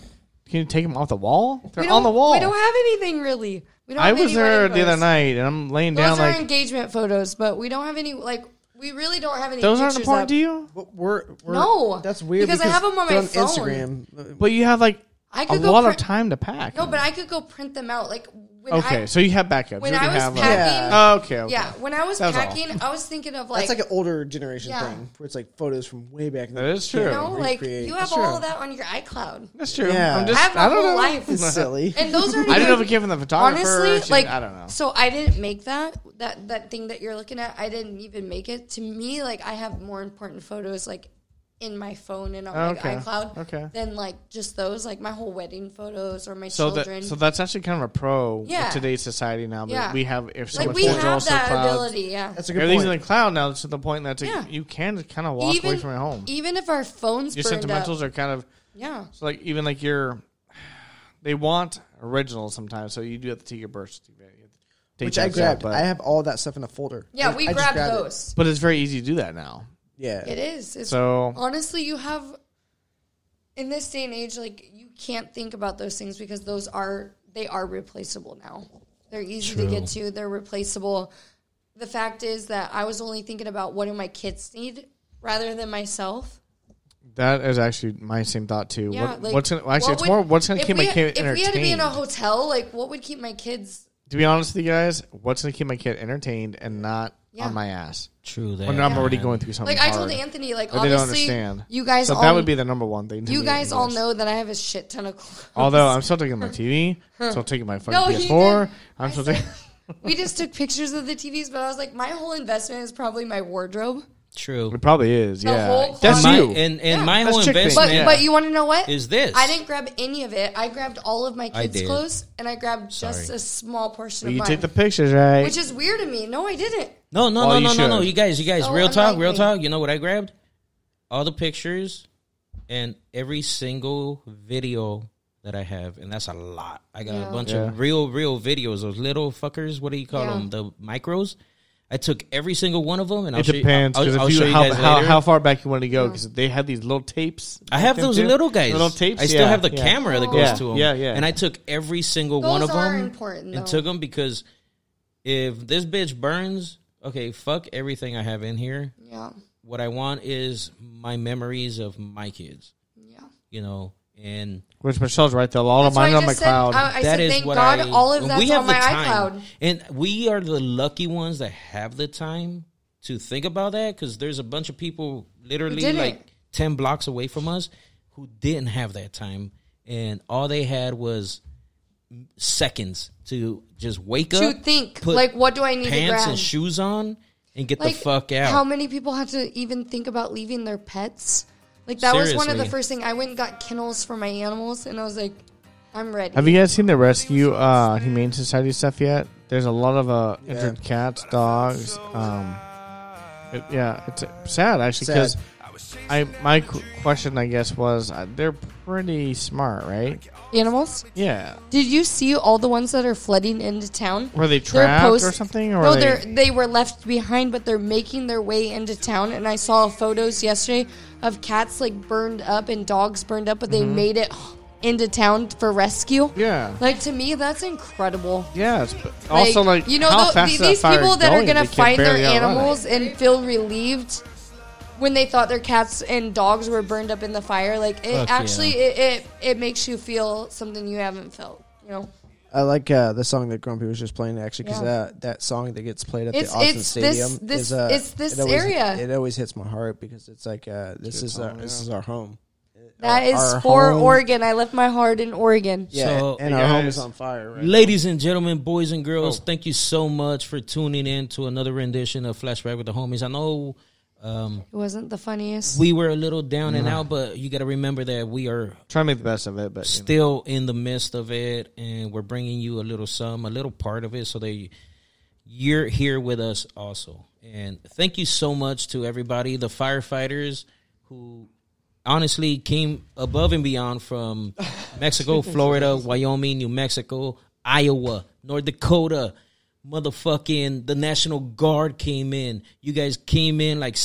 H: you take them off the wall? They're
K: We
H: on the
K: don't-
H: wall.
K: We don't have anything really. We don't.
H: I
K: have
H: was
K: any
H: there
K: wedding
H: the other
K: photos.
H: night and I'm laying
K: Those
H: down
K: are
H: like
K: engagement photos, but we don't have any. Like, we really don't have any.
H: those aren't
K: pictures
H: important
K: up.
H: to you.
L: But we're, we're
K: No,
L: That's weird
K: because I have 'em on my
L: they're
K: phone.
L: Instagram.
H: But you have like
K: I
H: a
K: could go
H: lot of
K: print-
H: time to pack.
K: No, but I could go print them out. Like, when
H: okay,
K: I,
H: so you have backups.
K: when
H: you
K: I
H: already
K: was
H: have, like-
K: packing,
H: Oh, okay, okay.
K: yeah. When I was
H: That was all.
K: packing, I was thinking of like
L: That's like an older generation
K: Yeah.
L: thing where it's like photos from way back.
H: That is
K: you know, like you have all of that on your iCloud.
H: That's true.
L: Yeah.
H: I'm just,
K: I have my
H: I don't
K: whole
H: know.
K: life.
L: It's silly.
K: And those are
H: I didn't know if it came from the photographer.
K: honestly
H: shit,
K: like
H: I don't know.
K: So I didn't make that that that thing that you're looking at. I didn't even make it. To me, like I have more important photos like in my phone and on
H: Okay.
K: like iCloud
H: Okay.
K: than like just those like my whole wedding photos or my
H: So
K: children.
H: that so that's actually kind of a pro with
K: Yeah.
H: today's society now. But
K: Yeah.
H: we have
K: Like,
H: if so much
K: we
H: digital,
K: have
H: so
K: that
H: cloud.
K: ability, yeah. That's a good
H: Everything's
K: point.
H: in the cloud now to the point that
K: Yeah.
H: you can kind of walk away from your home.
K: Even if our phones
H: Your
K: burned up.
H: sentimentals are kind of
K: Yeah.
H: So like even like your they want original sometimes, so you do have to take your birth certificate. You have to take
L: Which I
H: that out,
L: grabbed.
H: but,
L: I have all that stuff in a folder.
K: Yeah,
L: Like,
K: we
L: I just
K: grabbed
L: it.
K: those.
H: but it's very easy to do that now.
L: Yeah,
K: It is. It's,
H: so
K: honestly, you have in this day and age, like you can't think about those things because those are they are replaceable now. They're easy to
Q: True.
K: get to. They're replaceable. The fact is that I was only thinking about what do my kids need rather than myself.
H: that is actually my same thought too.
K: Yeah,
H: what,
K: like,
H: what's gonna, well, actually
K: what
H: it's
K: would-
H: more what's going to
K: if
H: keep
K: we,
H: my kid
K: If
H: entertained.
K: we had to be in a hotel, like what would keep my kids?
H: to be honest with you guys, what's going to keep my kid entertained and not
K: Yeah.
H: on my ass?
C: True that.
H: When I'm already
C: man.
H: going through something.
K: Like I told
H: hard
K: Anthony, like
H: that
K: obviously,
H: they don't understand.
K: you guys
H: So
K: all
H: that would be the number one thing. To
K: you
H: me
K: guys all
H: is-
K: know that I have a shit ton of clothes.
H: Although I'm still taking my TV, still taking my
K: No,
H: fucking
K: he
H: PS4. I'm still taking.
K: we just took pictures of the TVs, but I was like, my whole investment is probably my wardrobe.
C: True.
H: It probably is.
K: The
H: yeah,
K: whole
H: that's
C: closet.
H: you.
C: My- and- and my
H: That's
C: whole
H: chick thing.
C: investment-
K: But, but you want to know what?
C: Is this.
K: I didn't grab any of it. I grabbed all of my
H: I
K: kids'
H: did.
K: clothes, and I grabbed just
C: Sorry.
K: a small portion
H: But
K: of
H: you
K: mine.
H: take the pictures, right?
K: Which is weird to me. No, I didn't.
C: No, no,
H: Well, you
C: no, no, no, no.
H: should.
C: You guys, you guys,
K: Oh,
C: real
K: I'm
C: talk, real
K: angry.
C: talk. You know what I grabbed? All the pictures and every single video that I have, and that's a lot. I got
N: Yeah.
C: a bunch
N: Yeah.
C: of real, real videos. Those little fuckers. What do you call
N: Yeah.
C: them? The micros. I took every single one of them, and I'll
H: it
C: show
H: depends
C: You, I'll-
H: because
C: I'll,
H: if
C: show
H: you,
C: you
H: how,
C: guys
H: how,
C: later.
H: how far back you want to
K: Hmm.
H: go because they had these little tapes.
C: I have
H: like them
C: those
H: too.
C: little guys.
H: The little tapes.
C: I still
H: yeah,
C: have the
H: yeah.
C: camera that goes
H: Yeah,
C: to them.
H: Yeah, yeah.
C: And I took every single
K: Those
C: one of
K: are
C: them
K: important,
C: and
K: though.
C: took them because if this bitch burns, okay, fuck everything I have in here.
K: Yeah.
C: What I want is my memories of my kids.
K: Yeah.
C: You know, and
H: Which Michelle's right there. A lot of mine
K: why I
H: on my
K: just said-
H: cloud.
K: I- I
C: that
K: said,
C: is
K: thank
C: what
K: God
C: I-
K: all of
C: we
K: that's
C: have
K: on
C: the
K: my
C: time.
K: iCloud.
C: and we are the lucky ones that have the time to think about that because there's a bunch of people literally
K: didn't.
C: like ten blocks away from us who didn't have that time, and all they had was seconds to just wake
K: To
C: up,
K: think,
C: put
K: like, what do I need to
C: pants
K: grab?
C: and shoes on, and get
K: Like,
C: the fuck out.
K: How many people have to even think about leaving their pets? Like that was one of the
C: Seriously.
K: first thing I went and got kennels for my animals, and I was like, I'm ready.
H: Have you guys seen the rescue uh, humane society stuff yet? There's a lot of uh,
K: Yeah.
H: injured cats, dogs. Um, it- yeah, it's uh, sad actually
L: Sad.
H: because I my qu- question I guess was uh, they're pretty smart, right?
K: Animals?
H: Yeah.
K: Did you see all the ones that are flooding into town?
H: Were they
K: They're
H: trapped or something, or
K: no,
H: they-
K: they're they were left behind, but they're making their way into town. And I saw photos yesterday of cats like burned up and dogs burned up, but they
H: Mhm.
K: made it into town for rescue.
H: Yeah.
K: Like to me, that's incredible.
H: Yeah, it's, but also like
K: you know
H: how
K: tho-
H: fast
K: the-
H: is that
K: these
H: fire
K: people that are
H: going?
K: gonna
H: They can't
K: find their
H: barely outrun it.
K: animals and feel relieved when they thought their cats and dogs were burned up in the fire like it
L: Fuck
K: actually it, it it makes you feel something you haven't felt you know
L: I like uh, the song that Grumpy was just playing actually because
K: Yeah.
L: that, that song that gets played at
K: It's-
L: the Austin
K: it's this-
L: Stadium
K: this-
L: is uh,
K: it's this
L: it always-
K: area.
L: It always hits my heart because it's like uh, this is our, this is our home.
K: That is
L: our
K: for
L: home-
K: Oregon i left my heart in Oregon
C: So,
L: and our home is on fire. Right
C: Ladies and gentlemen, boys and girls, thank you so much for tuning in to another rendition of Flashback with the Homies. I know um,
K: it wasn't the funniest
C: we were a little down and out, but you got to remember that we are
H: trying to make the best of it, but you know.
C: still in the midst of it, and we're bringing you a little some, a little part of it, so that you- you're here with us also. And thank you so much to everybody, the firefighters who honestly came above and beyond from Mexico, Florida, Wyoming, New Mexico, Iowa, North Dakota. Motherfucking the National Guard came in. You guys came in like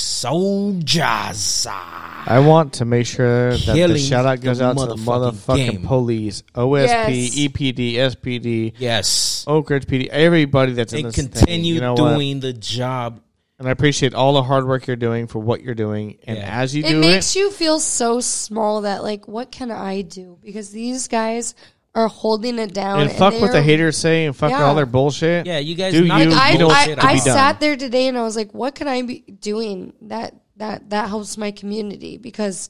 C: soldiers.
H: I want to make sure that the
C: Killing
H: shout out goes
C: the
H: out to the
C: motherfucking
H: motherfucking
C: game.
H: police, OSP,
C: Yes.
H: E EPD, SPD,
C: yes,
H: Oak Ridge PD, everybody that's
C: They
H: in this thing,
C: continue
H: you know what?
C: doing the job
H: And I appreciate all the hard work you're doing for what you're doing, and as you
K: it
H: do
K: makes
H: it,
K: you feel so small that like what can i do because these guys are holding it down
H: and fuck what the
K: they're-
H: haters say, and fuck
K: Yeah.
H: all their bullshit.
C: Yeah, you guys
H: do
C: knock
H: you.
C: the
H: you
K: I,
H: know what
K: I,
H: to
K: I
H: be done.
K: sat there today and I was like, what can I be doing that that that helps my community because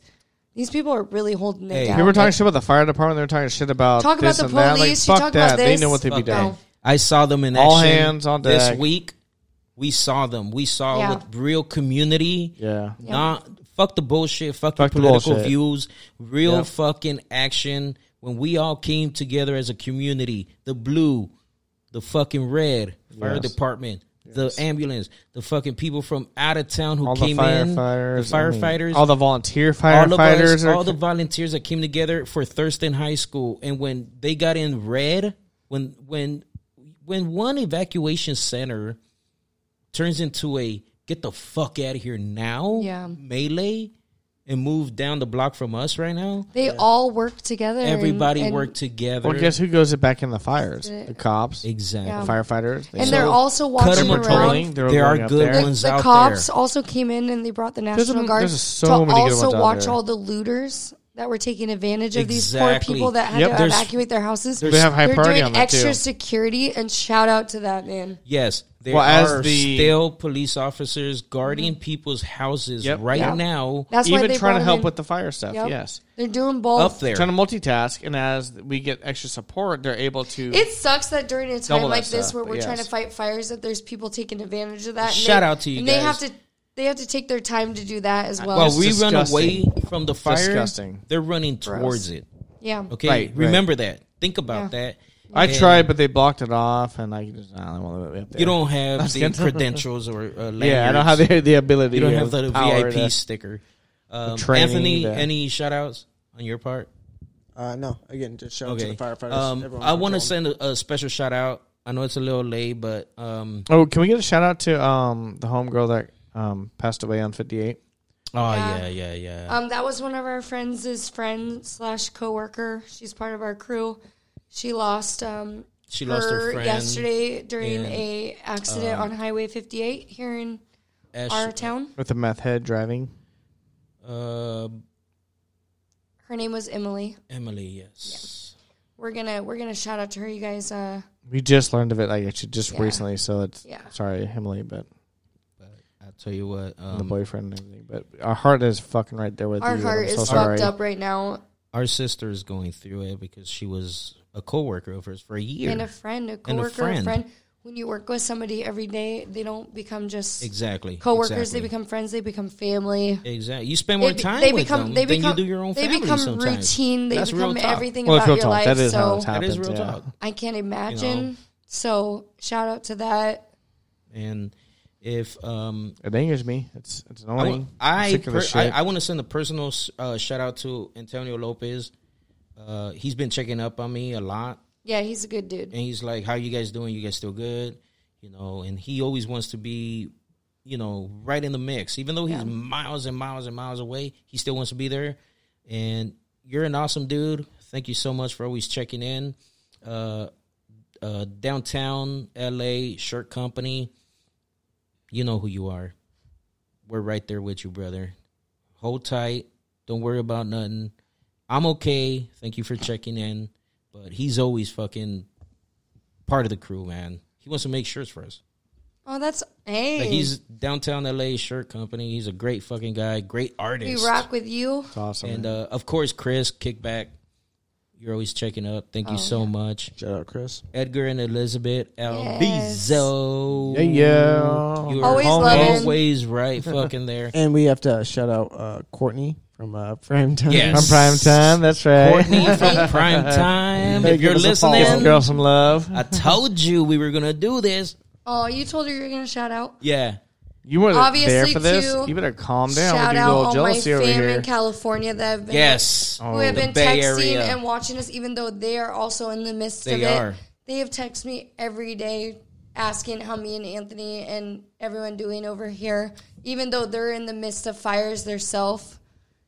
K: these people are really holding it down.
H: People were talking shit about the fire department. They were talking shit about
K: Talk about
H: this
K: the
H: and that. Like,
K: police, you
H: fuck
K: talk about
H: that. They
K: this.
H: know what they be
K: Fuck
H: doing.
K: no.
C: I saw them in
H: All
C: action
H: hands on
C: this
H: deck.
C: week. We saw them. We saw
H: Yeah.
C: with real community.
H: Yeah.
K: Yeah.
C: Not fuck the bullshit. Fuck,
H: Fuck the
C: your political
H: bullshit.
C: views. Real
H: Yeah.
C: fucking action. When we all came together as a community, the blue, the fucking red fire
H: Yes.
C: department, the ambulance, the fucking people from out of town who
H: All the
C: came in, the
H: firefighters, I mean,
C: firefighters,
H: all the volunteer
C: all of us,
H: firefighters are-
C: all the volunteers that came together for Thurston High School, and when they got in red, when when when one evacuation center turns into a get the fuck out of here now
K: Yeah.
C: melee and move down the block from us right now,
K: They all work together. and-
C: everybody
K: and-
C: worked together.
H: Well, guess who goes back in the fires?
K: That's
H: The
K: it.
H: cops,
C: exactly.
K: Yeah.
H: Firefighters,
K: And they're also
H: cut 'em
K: watching
H: a
K: around.
H: patrolling, they're
C: There are
H: going up
C: good
H: there.
K: The,
C: ones
K: the
C: out
K: cops
C: there.
K: also came in and they brought the
H: There's
K: National
H: a-
K: Guard
H: there's so
K: to
H: many good
K: also
H: ones out
K: watch
H: there.
K: all the looters that were taking advantage of these
C: Exactly.
K: poor people that had
C: Yep.
K: to
C: There's-
K: evacuate their houses.
C: They have high
K: They're
C: priority
K: doing
C: on that, too.
K: extra security and shout out to that man.
C: Yes, there
H: Well, as
C: are
H: the-
C: still police officers guarding
K: Mm-hmm.
C: people's houses right
K: Yep.
C: now.
K: That's why
H: even
K: they
H: trying
K: brought
H: to
K: 'em
H: help
K: in.
H: with the fire stuff.
K: Yep.
H: Yes,
K: They're doing both.
C: Up there.
H: trying to multitask, and as we get extra support, they're able to.
K: It sucks that during a
H: Double
K: time
H: that
K: like this
H: stuff,
K: where we're
H: yes.
K: trying to fight fires that there's people taking advantage of that. and
C: Shout
K: they-
C: out to you
K: And they
C: guys.
K: have to they have to take their time to do that as well.
C: Well, we run
H: disgusting.
C: away from the
H: It's
C: fire.
H: disgusting.
C: They're running towards it.
K: Yeah.
C: Okay.
H: Right, right.
C: Remember that. Think about that.
H: I
C: And
H: tried, but they blocked it off, and I just I don't want to be up there.
C: You don't
H: I'm
C: have
H: just
C: the
H: kidding.
C: credentials or uh,
H: yeah, I don't have
C: lanyards.
H: the, the ability.
C: You don't
H: or
C: have the
H: power
C: VIP
H: to-
C: sticker. Um,
H: the training,
C: Anthony,
H: the-
C: any shout outs on your part?
L: Uh, no, again, just shout out to the firefighters.
C: Um,
L: Everyone
C: I want to
L: control.
C: send a, a special shout out. I know it's a little late, but um,
H: Oh, can we get a shout out to um the homegirl that um passed away on fifty eight?
C: Oh yeah, yeah, yeah.
K: Um, that was one of our friends' his friend slash coworker. She's part of our crew. She lost um
C: She lost her friend
K: yesterday during
H: and,
K: a accident
H: um,
K: on Highway 58 here in
C: Ash-
K: Uh, our town.
H: with the meth head driving.
C: Uh,
K: Her name was Emily.
C: Emily, yes.
K: We're gonna we're gonna shout out to her. You guys, uh,
H: We just learned of it like actually just
K: Yeah.
H: recently, so it's
K: Yeah.
H: sorry, Emily, but
C: I'll tell you what. Um,
H: the boyfriend and everything. But our heart is fucking right there with
K: our
H: you.
K: heart
H: I'm so
K: is
H: sorry.
K: fucked up right now,
C: Our sister is going through it because she was a coworker of hers for a year
K: and a friend, a
C: And
K: coworker, a friend. when you work with somebody every day, they don't become just
C: Exactly,
K: coworkers.
C: exactly.
K: They become friends. They become family.
C: Exactly. You spend more
K: They be-
C: time
K: they
C: with
K: become-
C: them
K: they
C: than
K: become-
C: you do your own
K: they
C: family
K: become
C: sometimes.
K: routine. They
C: That's
K: become
C: real talk.
K: everything
H: Well, it's
K: about
H: real
K: your
H: talk.
K: life.
H: That is
K: so
H: how it's happened.
C: That is real
H: yeah.
C: talk.
K: I can't imagine.
C: know.
K: So shout out to that.
C: And if um,
H: It angers me. It's it's
C: I wa-
H: annoying.
C: I
H: I'm sick of
C: per-
H: this
C: I,
H: shit.
C: I want to send a personal s- uh, shout out to Antonio Lopez. Uh, he's been checking up on me a lot,
K: Yeah, he's a good dude.
C: and he's like, "How you guys doing? You guys still good?" You know, and he always wants to be, you know, right in the mix. Even though he's
K: Yeah.
C: miles and miles and miles away, he still wants to be there. And you're an awesome dude. Thank you so much for always checking in. Uh, uh, downtown LA Shirt Company. You know who you are. We're right there with you, brother. Hold tight. Don't worry about nothing. I'm okay. Thank you for checking in. But he's always fucking part of the crew, man. He wants to make shirts for us.
K: Oh, that's hey.
C: Like he's downtown LA shirt company. He's a great fucking guy, great
K: we
C: artist.
K: rock with you.
H: awesome.
C: And uh, of course, Chris Kickback. You're always checking up. Thank you
K: Oh,
C: so much.
L: Shout out, Chris.
C: Edgar and Elizabeth Alvizo.
H: Yeah, yeah.
C: You're
H: Always
C: always,
H: loving.
C: right fucking there.
L: And we have to shout out uh, Courtney from uh, Prime Time.
C: Yes.
H: From Prime Time, that's right.
C: Courtney from Prime Time.
H: Hey,
C: if you're
H: give us a follow.
C: listening,
H: Give this girl some love.
C: I told you we were going to do this.
K: Oh, you told her you were gonna shout out.
C: Yeah.
H: You weren't
K: Obviously,
H: there for this.
K: too,
H: You better calm down
K: Shout
H: with your
K: out
H: little
K: all
H: jealousy
K: my
H: over
K: fam
H: here.
K: in California that have been
C: Yes.
K: who have
C: Oh, The
K: been
C: Bay
K: texting
C: Area.
K: and watching us, even though they are also in the midst of
C: They
K: it.
C: are.
K: They have texted me every day asking how me and Anthony and everyone doing over here, even though they're in the midst of fires themselves,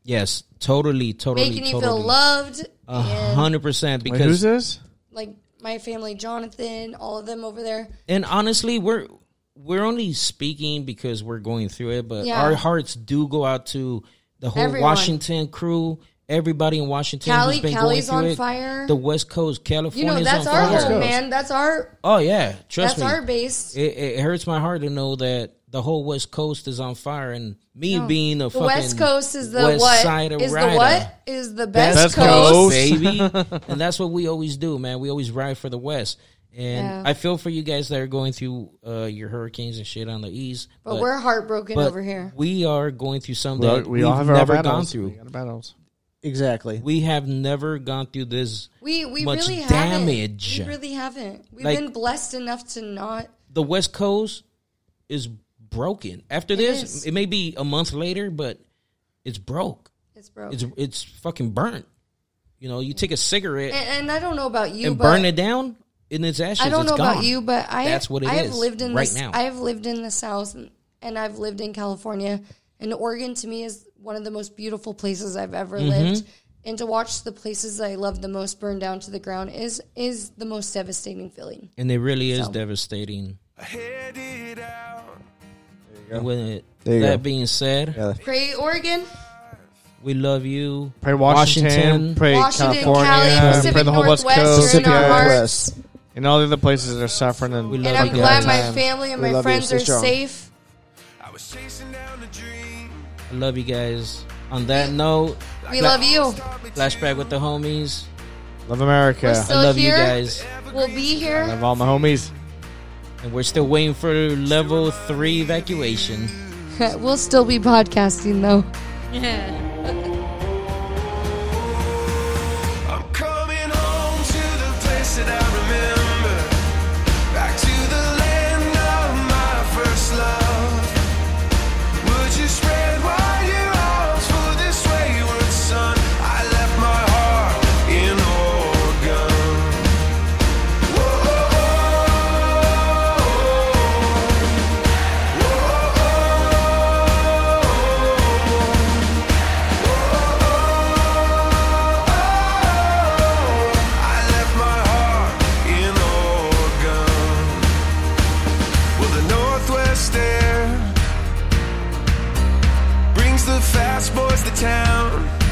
C: Yes, totally, totally,
K: making you
C: totally. Uh,
K: feel loved.
C: A hundred percent. Because
H: who's this?
K: Like my family, Jonathan, all of them over there.
C: And honestly, we're we're only speaking because we're going through it, but
K: Yeah.
C: our hearts do go out to the whole
K: Everyone.
C: Washington crew, everybody in Washington
K: Cali-
C: who's been
K: Cali's
C: going through
K: on
C: it.
K: fire.
C: The West Coast,
K: You
C: California.
K: know, that's
C: on
K: our
C: fire.
K: home, man. That's our
C: Oh yeah, trust
K: That's
C: me.
K: our base.
C: It, it hurts my heart to know that the whole West Coast is on fire, and me
K: No.
C: being a
K: the
C: fucking
K: West Coast is the
C: West
K: what
C: Side
K: is the
C: rider.
K: what is the best, coast.
C: baby. and that's what we always do, man. We always ride for the West. And
K: Yeah.
C: I feel for you guys that are going through uh, your hurricanes and shit on the East.
K: But we're heartbroken
C: but
K: over here.
C: We are going through something
H: Well,
C: that
H: we
C: we've
H: all have our
C: never gone
H: battles.
C: through.
H: We got our battles.
L: Exactly.
C: We have never gone through this
K: We we
C: much
K: really
C: damage.
K: haven't. We really haven't. We've
C: Like-
K: been blessed enough to not.
C: the West Coast is broken. After
K: It
C: this,
K: is.
C: it may be a month later, but it's broke.
K: It's broke.
C: It's it's fucking burnt. You know, you take a cigarette
K: And, and I don't know about you,
C: and
K: but
C: burn it down in its ashes.
K: I don't
C: it's
K: know about
C: gone.
K: you, but I
C: that's what it is.
K: I have lived in
C: right
K: this,
C: now.
K: I have lived in the South, and, and I've lived in California. And Oregon to me is one of the most beautiful places I've ever
C: Mhm.
K: lived. And to watch the places I love the most burn down to the ground is is the most devastating feeling.
C: and it really is
K: So.
C: devastating.
L: go.
C: And with it,
L: There you go.
C: that being said,
K: Pray Oregon,
C: we love you.
H: Pray Washington, pray
K: Washington,
H: California,
K: Cali, Pacific
H: pray the whole West
K: Northwest,
H: Coast,
K: Pacific you're in our Northwest.
H: and all the other places that are suffering. And,
K: and I'm glad my family and my friends are safe.
C: I love you guys. On that note,
K: We love you.
C: Flashback with the homies.
H: Love America.
K: We're still
C: I love
K: here.
C: you guys.
K: We'll be here.
H: Love all my homies.
C: And we're still waiting for level three evacuation.
K: we'll still be podcasting though.
J: I'm coming home to the place that I remember. Back to the land of my first love. Would you spread wide your arms for this wayward son? I left my heart in Oregon. I left my heart in Oregon. Well, the Northwest air brings the fast boys to town.